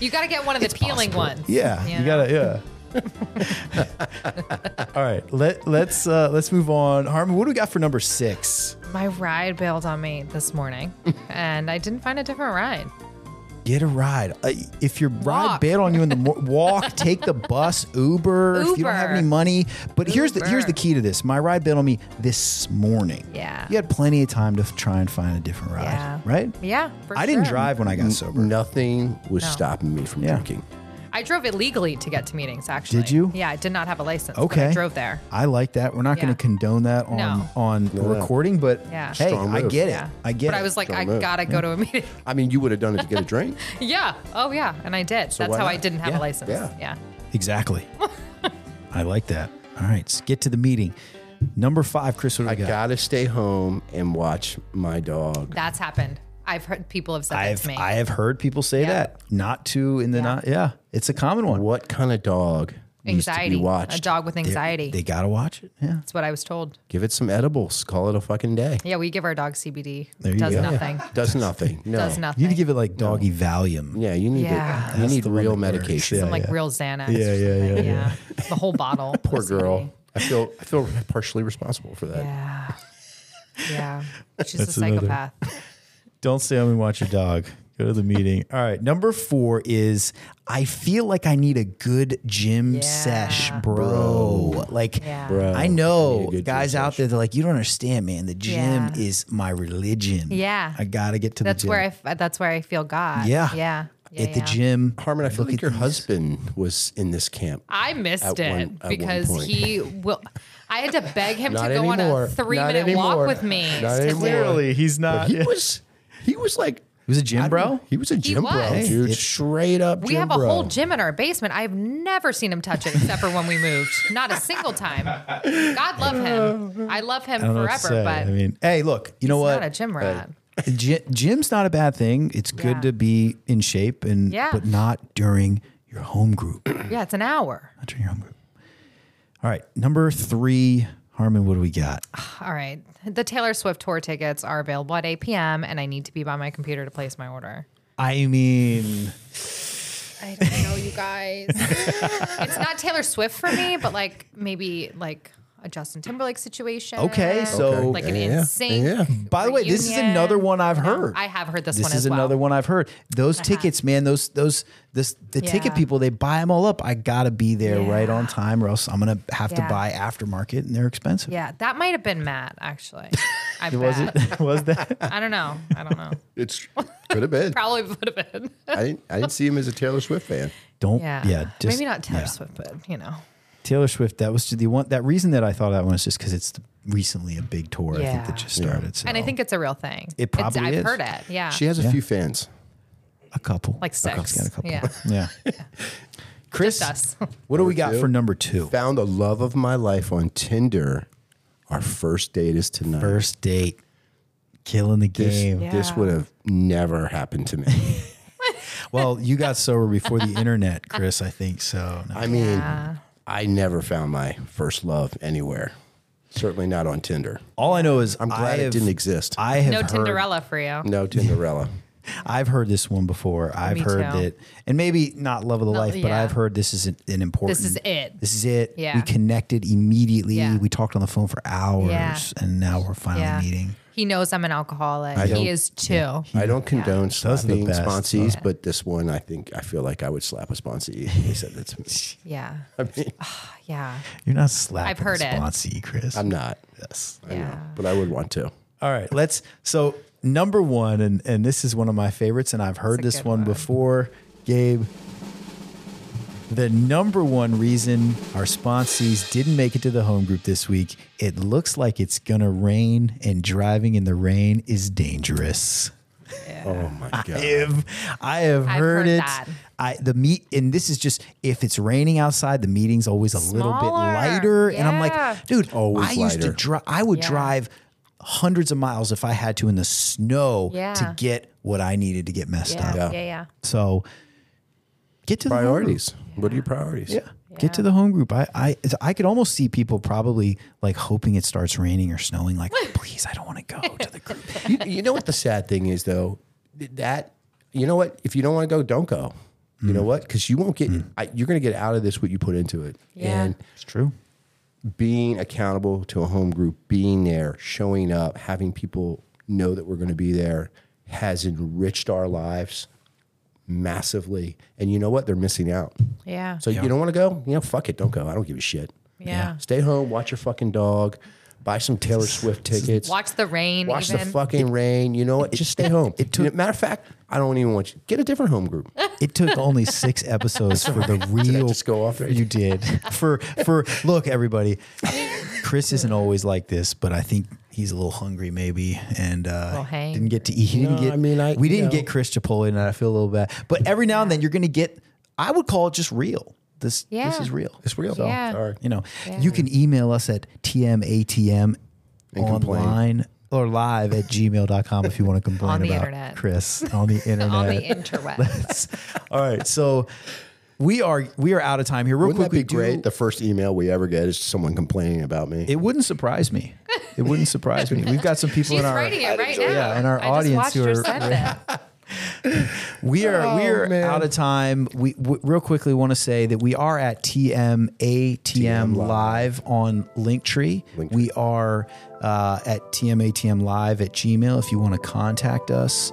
Speaker 3: you got to get one of the peeling ones.
Speaker 1: Yeah,
Speaker 3: You
Speaker 1: you
Speaker 3: know?
Speaker 1: gotta. Yeah. [LAUGHS] all right. Let let's uh, let's move on. Harmon, what do we got for number six?
Speaker 3: My ride bailed on me
Speaker 1: [LAUGHS]
Speaker 3: this morning, and I didn't find a different ride.
Speaker 1: Get a ride. Uh, if your ride
Speaker 3: Walk.
Speaker 1: bailed on you in the
Speaker 3: [LAUGHS]
Speaker 1: mor walk, take the bus, Uber, If you don't have
Speaker 3: Uber.
Speaker 1: any money, but here's the here's the
Speaker 3: Uber.
Speaker 1: key to this. My ride bailed on me this morning.
Speaker 3: Yeah.
Speaker 1: you had plenty of time to f- try and find a different ride,
Speaker 3: Yeah.
Speaker 1: right?
Speaker 3: Yeah, for
Speaker 1: I didn't
Speaker 3: sure.
Speaker 1: drive when I got sober.
Speaker 2: Nothing was stopping me from
Speaker 1: Yeah.
Speaker 2: drinking.
Speaker 3: I drove illegally to get to meetings. Actually,
Speaker 1: Did you?
Speaker 3: Yeah, I did not have a license. but
Speaker 1: Okay.
Speaker 3: I drove there.
Speaker 1: I like that. We're not
Speaker 3: Yeah.
Speaker 1: going to condone that on
Speaker 3: No.
Speaker 1: on recording, but
Speaker 3: Yeah.
Speaker 1: hey,
Speaker 2: Strong
Speaker 1: I
Speaker 2: move.
Speaker 1: get it.
Speaker 3: Yeah,
Speaker 1: I get
Speaker 3: But
Speaker 1: it.
Speaker 3: I was like,
Speaker 2: Don't
Speaker 3: I
Speaker 2: move.
Speaker 3: gotta go to a meeting. [LAUGHS]
Speaker 2: I mean, you would have done it to get a
Speaker 1: [LAUGHS]
Speaker 2: drink.
Speaker 3: yeah. Oh yeah, and I did. That's
Speaker 2: why
Speaker 3: how I
Speaker 2: not?
Speaker 3: didn't have
Speaker 1: Yeah.
Speaker 3: a license.
Speaker 2: Yeah.
Speaker 3: yeah. [LAUGHS]
Speaker 1: exactly. I like that. All right, let's get to the meeting. Number five, Chris. What do
Speaker 2: I
Speaker 1: we got?
Speaker 2: gotta stay home and watch my dog.
Speaker 3: That's happened. I've heard people have said that
Speaker 1: I've
Speaker 3: to me.
Speaker 1: I have heard people say
Speaker 3: Yeah.
Speaker 1: that not to in the not. Yeah, it's a common one.
Speaker 2: What kind of dog needs to
Speaker 3: anxiety.
Speaker 2: be
Speaker 3: A
Speaker 2: watched?
Speaker 3: dog with anxiety.
Speaker 1: They gotta watch it. Yeah,
Speaker 3: That's what I was told.
Speaker 2: Give it some edibles. Call it a fucking day.
Speaker 3: Yeah, we give our dog CBD.
Speaker 1: you
Speaker 3: Does
Speaker 1: go.
Speaker 3: nothing.
Speaker 2: Does nothing. No.
Speaker 3: [LAUGHS] Does
Speaker 1: you
Speaker 3: nothing.
Speaker 1: need to give it like doggy Valium.
Speaker 2: Yeah, you need
Speaker 3: Yeah.
Speaker 2: it. You need real medication.
Speaker 3: some like real Xanax.
Speaker 1: Yeah,
Speaker 3: or
Speaker 1: yeah, yeah,
Speaker 3: something. The
Speaker 1: [LAUGHS]
Speaker 3: whole bottle.
Speaker 2: Poor girl. I feel I feel partially responsible for
Speaker 1: [LAUGHS]
Speaker 2: that.
Speaker 3: Yeah. Yeah. She's a
Speaker 1: That's another-
Speaker 3: psychopath.
Speaker 1: Don't stay home and watch your dog. Go to the meeting. All right. Number four is I feel like I need a good gym
Speaker 3: Yeah.
Speaker 1: sesh, bro. Like,
Speaker 3: Yeah.
Speaker 2: Bro,
Speaker 1: I
Speaker 2: you need
Speaker 1: know
Speaker 2: a good
Speaker 1: guys
Speaker 2: gym
Speaker 1: out there, they're like, you don't understand, man. The gym
Speaker 3: Yeah.
Speaker 1: is my religion.
Speaker 3: Yeah.
Speaker 1: I got to get to
Speaker 3: That's
Speaker 1: the gym.
Speaker 3: where I f- that's where I feel God.
Speaker 1: Yeah.
Speaker 3: Yeah. yeah
Speaker 1: At the
Speaker 3: yeah.
Speaker 1: gym.
Speaker 2: Harmon, I feel
Speaker 1: Look
Speaker 2: like
Speaker 1: at
Speaker 2: your
Speaker 1: these.
Speaker 2: husband was in this camp.
Speaker 3: I missed
Speaker 2: At
Speaker 3: it
Speaker 2: one- at one
Speaker 3: because
Speaker 2: point.
Speaker 3: he will I had to beg him
Speaker 2: Not
Speaker 3: to go on
Speaker 2: anymore.
Speaker 3: a three
Speaker 2: Not
Speaker 3: minute
Speaker 2: anymore.
Speaker 3: walk with me.
Speaker 2: Not
Speaker 3: to
Speaker 2: anymore.
Speaker 3: do-
Speaker 2: Clearly,
Speaker 1: he's
Speaker 2: But Uh, he was he was like
Speaker 1: He was a gym
Speaker 2: I
Speaker 1: bro?
Speaker 2: don't- He was a gym bro,
Speaker 3: was.
Speaker 2: dude.
Speaker 1: It-
Speaker 2: Straight up
Speaker 3: We
Speaker 2: gym
Speaker 3: have a
Speaker 2: bro.
Speaker 3: whole gym in our basement. I've never seen him touch it except for when we moved. Not a single time. God love him. I love him
Speaker 1: I don't know what to
Speaker 3: forever,
Speaker 1: say.
Speaker 3: but
Speaker 1: I mean, hey, look, you know
Speaker 3: he's
Speaker 1: what?
Speaker 3: not a gym rat.
Speaker 1: Gy- gym's not a bad thing. It's good
Speaker 3: Yeah.
Speaker 1: to be in shape and
Speaker 3: Yeah.
Speaker 1: but not during your home group. [CLEARS THROAT] not
Speaker 3: Yeah, it's an hour.
Speaker 1: during your home group. All right, number three, Harmon. What do we got?
Speaker 3: All right. The Taylor Swift tour tickets are available at 8 p.m. and I need to be by my computer to place my order.
Speaker 1: I mean,
Speaker 3: I don't know, you guys. it's not Taylor Swift for me, but like maybe like a Justin Timberlake situation.
Speaker 1: Okay, so-
Speaker 3: like an
Speaker 2: Yeah,
Speaker 3: in
Speaker 2: yeah,
Speaker 3: sync.
Speaker 2: yeah.
Speaker 1: by the way, this is another one I've heard.
Speaker 3: I have heard this,
Speaker 1: This
Speaker 3: one
Speaker 1: is
Speaker 3: as well. Uh-huh.
Speaker 1: another one I've heard. Those tickets, man. Those those this the ticket
Speaker 3: Yeah.
Speaker 1: people. They buy them all up. I gotta be there right
Speaker 3: Yeah.
Speaker 1: on time, or else I'm gonna have to
Speaker 3: Yeah.
Speaker 1: buy aftermarket, and they're expensive.
Speaker 3: Yeah, that might have been Matt
Speaker 1: [LAUGHS]
Speaker 3: actually. I bet.
Speaker 1: Was it? [LAUGHS] was that?
Speaker 3: I don't know. I don't know.
Speaker 1: [LAUGHS]
Speaker 2: It's could have
Speaker 3: [LAUGHS]
Speaker 2: been.
Speaker 3: Probably would have been.
Speaker 2: I didn't I didn't see him as a Taylor Swift fan.
Speaker 1: Don't.
Speaker 3: Yeah.
Speaker 1: Oh, Yeah. just,
Speaker 3: maybe not Taylor
Speaker 1: yeah.
Speaker 3: Swift, but you know.
Speaker 1: Taylor Swift. That was the one. That reason that I thought of that one is just because it's recently a big tour. I think
Speaker 3: Yeah.
Speaker 1: that just started. So
Speaker 3: And I think it's a real thing.
Speaker 1: It probably
Speaker 3: I've
Speaker 1: is.
Speaker 3: heard it. Yeah.
Speaker 2: She has a few fans.
Speaker 1: a couple,
Speaker 3: like
Speaker 1: A couple,
Speaker 3: six.
Speaker 1: got a couple.
Speaker 3: Yeah.
Speaker 1: [LAUGHS] Yeah. Chris,
Speaker 3: Just us.
Speaker 1: what do we got
Speaker 2: two.
Speaker 1: for number two?
Speaker 2: Found the love of my life on Tinder. Our first date is tonight.
Speaker 1: First date, killing the
Speaker 2: this,
Speaker 1: game. [LAUGHS]
Speaker 2: this
Speaker 3: Yeah.
Speaker 2: would have never happened to me.
Speaker 1: Well, you got sober before the internet, Chris. I think so. No.
Speaker 2: I mean, I never found my first love anywhere. Certainly not on Tinder.
Speaker 1: All I know is
Speaker 2: I'm glad it didn't exist.
Speaker 1: I have
Speaker 3: No
Speaker 1: heard,
Speaker 3: Tinderella for you.
Speaker 2: no Tinderella.
Speaker 1: I've heard this one before. I've
Speaker 3: Me
Speaker 1: heard
Speaker 3: too.
Speaker 1: that, and maybe not love of the life, but
Speaker 3: yeah.
Speaker 1: I've heard this is an, an important.
Speaker 3: This is it.
Speaker 1: This is it.
Speaker 3: Yeah.
Speaker 1: We connected immediately.
Speaker 3: Yeah.
Speaker 1: We talked on the phone for hours,
Speaker 3: Yeah.
Speaker 1: and now we're finally
Speaker 3: Yeah.
Speaker 1: meeting.
Speaker 3: He knows I'm an alcoholic.
Speaker 2: don't-
Speaker 3: he is too.
Speaker 2: I don't condone
Speaker 1: Those are the
Speaker 2: slapping
Speaker 1: best.
Speaker 2: sponsees, but this one, I think, I feel like I would slap a sponsee. He said that to me.
Speaker 1: [LAUGHS]
Speaker 3: Yeah.
Speaker 2: I mean,
Speaker 3: Yeah.
Speaker 1: You're not slapping.
Speaker 3: I've heard
Speaker 1: the
Speaker 3: it.
Speaker 1: sponsee, Chris.
Speaker 2: I'm not,
Speaker 1: Yes.
Speaker 2: I know,
Speaker 3: Yeah.
Speaker 2: but I would want to.
Speaker 1: All right, let's. So number one, and and this is one of my favorites, and I've heard
Speaker 3: That's a
Speaker 1: this
Speaker 3: good
Speaker 1: one,
Speaker 3: one.
Speaker 1: before, Gabe. The number one reason our sponsees didn't make it to the home group this week, it looks like it's gonna rain, and driving in the rain is dangerous.
Speaker 2: Oh my God.
Speaker 1: If I have heard,
Speaker 3: heard
Speaker 1: it,
Speaker 3: that.
Speaker 1: I the meet, and this is just if it's raining outside, the meeting's always a little bit
Speaker 3: Smaller.
Speaker 1: lighter. And I'm
Speaker 3: Yeah.
Speaker 1: like, dude,
Speaker 2: Always
Speaker 1: I used to
Speaker 2: lighter.
Speaker 1: drive. I would
Speaker 3: Yeah.
Speaker 1: drive hundreds of miles if I had to in the snow
Speaker 3: Yeah.
Speaker 1: to get what I needed to get messed
Speaker 3: Yeah.
Speaker 1: up.
Speaker 3: Yeah. Yeah.
Speaker 1: So get to the home group.
Speaker 2: Priorities. What are your priorities?
Speaker 1: Yeah. Get to the home group. I, I I could almost see people probably like hoping it starts raining or snowing.
Speaker 3: [LAUGHS]
Speaker 1: Like, please, I don't want to go to the group.
Speaker 2: you, you know what the sad thing is though that you know what if you don't want to go don't go you know what because you won't get I, you're going to get out of this what you put into it
Speaker 3: Yeah.
Speaker 2: and
Speaker 1: It's true.
Speaker 2: being accountable to a home group, being there, showing up, having people know that we're going to be there has enriched our lives massively. And you know what? They're missing out.
Speaker 6: Yeah.
Speaker 2: So you don't want to go? You know, fuck it. Don't go. I don't give a shit.
Speaker 6: yeah.
Speaker 2: Stay home, watch your fucking dog, buy some Taylor Swift tickets.
Speaker 3: Watch the rain.
Speaker 2: Watch
Speaker 3: even.
Speaker 2: the fucking rain. You know what? Just stay home. It took, matter of fact, I don't even want you. Get a different home [LAUGHS] group.
Speaker 1: It took only six episodes for the real.
Speaker 2: just go off there?
Speaker 1: You
Speaker 3: [LAUGHS]
Speaker 1: did for for look everybody. Chris isn't always like this, but I think he's a little hungry maybe, and uh,
Speaker 3: Little hang.
Speaker 1: didn't get to eat. He didn't
Speaker 2: No,
Speaker 1: get.
Speaker 2: I mean, I-
Speaker 1: we
Speaker 2: you
Speaker 1: didn't
Speaker 2: know.
Speaker 1: get Chris Chipotle, and I feel a little bad. But every now and then you're going to get. I would call it just real. This this
Speaker 3: Yeah.
Speaker 1: is real.
Speaker 2: It's real.
Speaker 3: Yeah.
Speaker 2: Sorry.
Speaker 1: You know, you can email us at tmatm
Speaker 2: complain.
Speaker 1: online or live at gmail.com if you want to complain
Speaker 3: [LAUGHS] On the
Speaker 1: about
Speaker 3: internet.
Speaker 1: Chris on the internet.
Speaker 3: [LAUGHS] on
Speaker 1: [LAUGHS]
Speaker 3: the interweb.
Speaker 1: All right, so we are we are out of time here. Real
Speaker 2: [LAUGHS] Wouldn't that
Speaker 1: quick,
Speaker 2: be
Speaker 1: we do-
Speaker 2: great? The first email we ever get is someone complaining about me.
Speaker 1: it wouldn't surprise me. It wouldn't surprise me. We've got some people
Speaker 3: She's
Speaker 1: in our
Speaker 3: writing it right now.
Speaker 4: enjoy
Speaker 1: that. Yeah, in our
Speaker 3: I
Speaker 1: audience
Speaker 3: Just watched her
Speaker 1: who are-
Speaker 3: send it.
Speaker 1: We are we
Speaker 2: Oh,
Speaker 1: are
Speaker 2: man.
Speaker 1: out of time. We w- real quickly want to say that we are at TMATM live. on Linktree. We are uh, at TMATM live at Gmail if you want to contact us.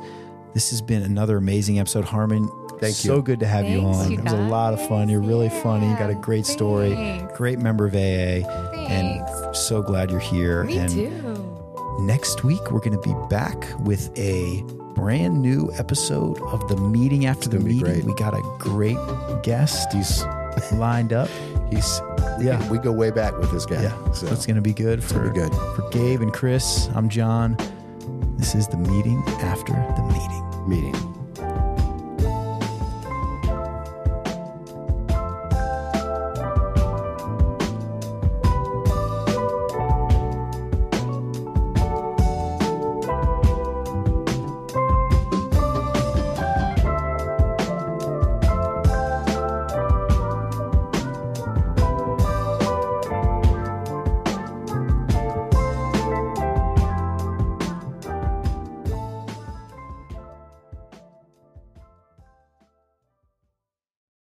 Speaker 1: This has been another amazing episode, Harmon.
Speaker 2: Thank
Speaker 1: so
Speaker 2: you.
Speaker 1: good to have you
Speaker 3: Thanks,
Speaker 1: on.
Speaker 3: you
Speaker 1: it was a lot of fun. You're really funny. You got a great story.
Speaker 3: Thanks.
Speaker 1: Great member of AA. And
Speaker 3: Thanks.
Speaker 1: so glad you're here.
Speaker 6: Me
Speaker 1: and
Speaker 6: too.
Speaker 1: Next week, we're going to be back with a brand new episode of the meeting after the
Speaker 2: gonna be
Speaker 1: meeting.
Speaker 2: great.
Speaker 1: We got a great guest. He's lined up.
Speaker 2: [LAUGHS] He's
Speaker 1: Yeah.
Speaker 2: yeah. We go way back with this guy.
Speaker 1: Yeah, so
Speaker 2: So
Speaker 1: it's going to be good for
Speaker 2: be good.
Speaker 1: for Gabe and Chris. I'm John. This is the meeting after the meeting.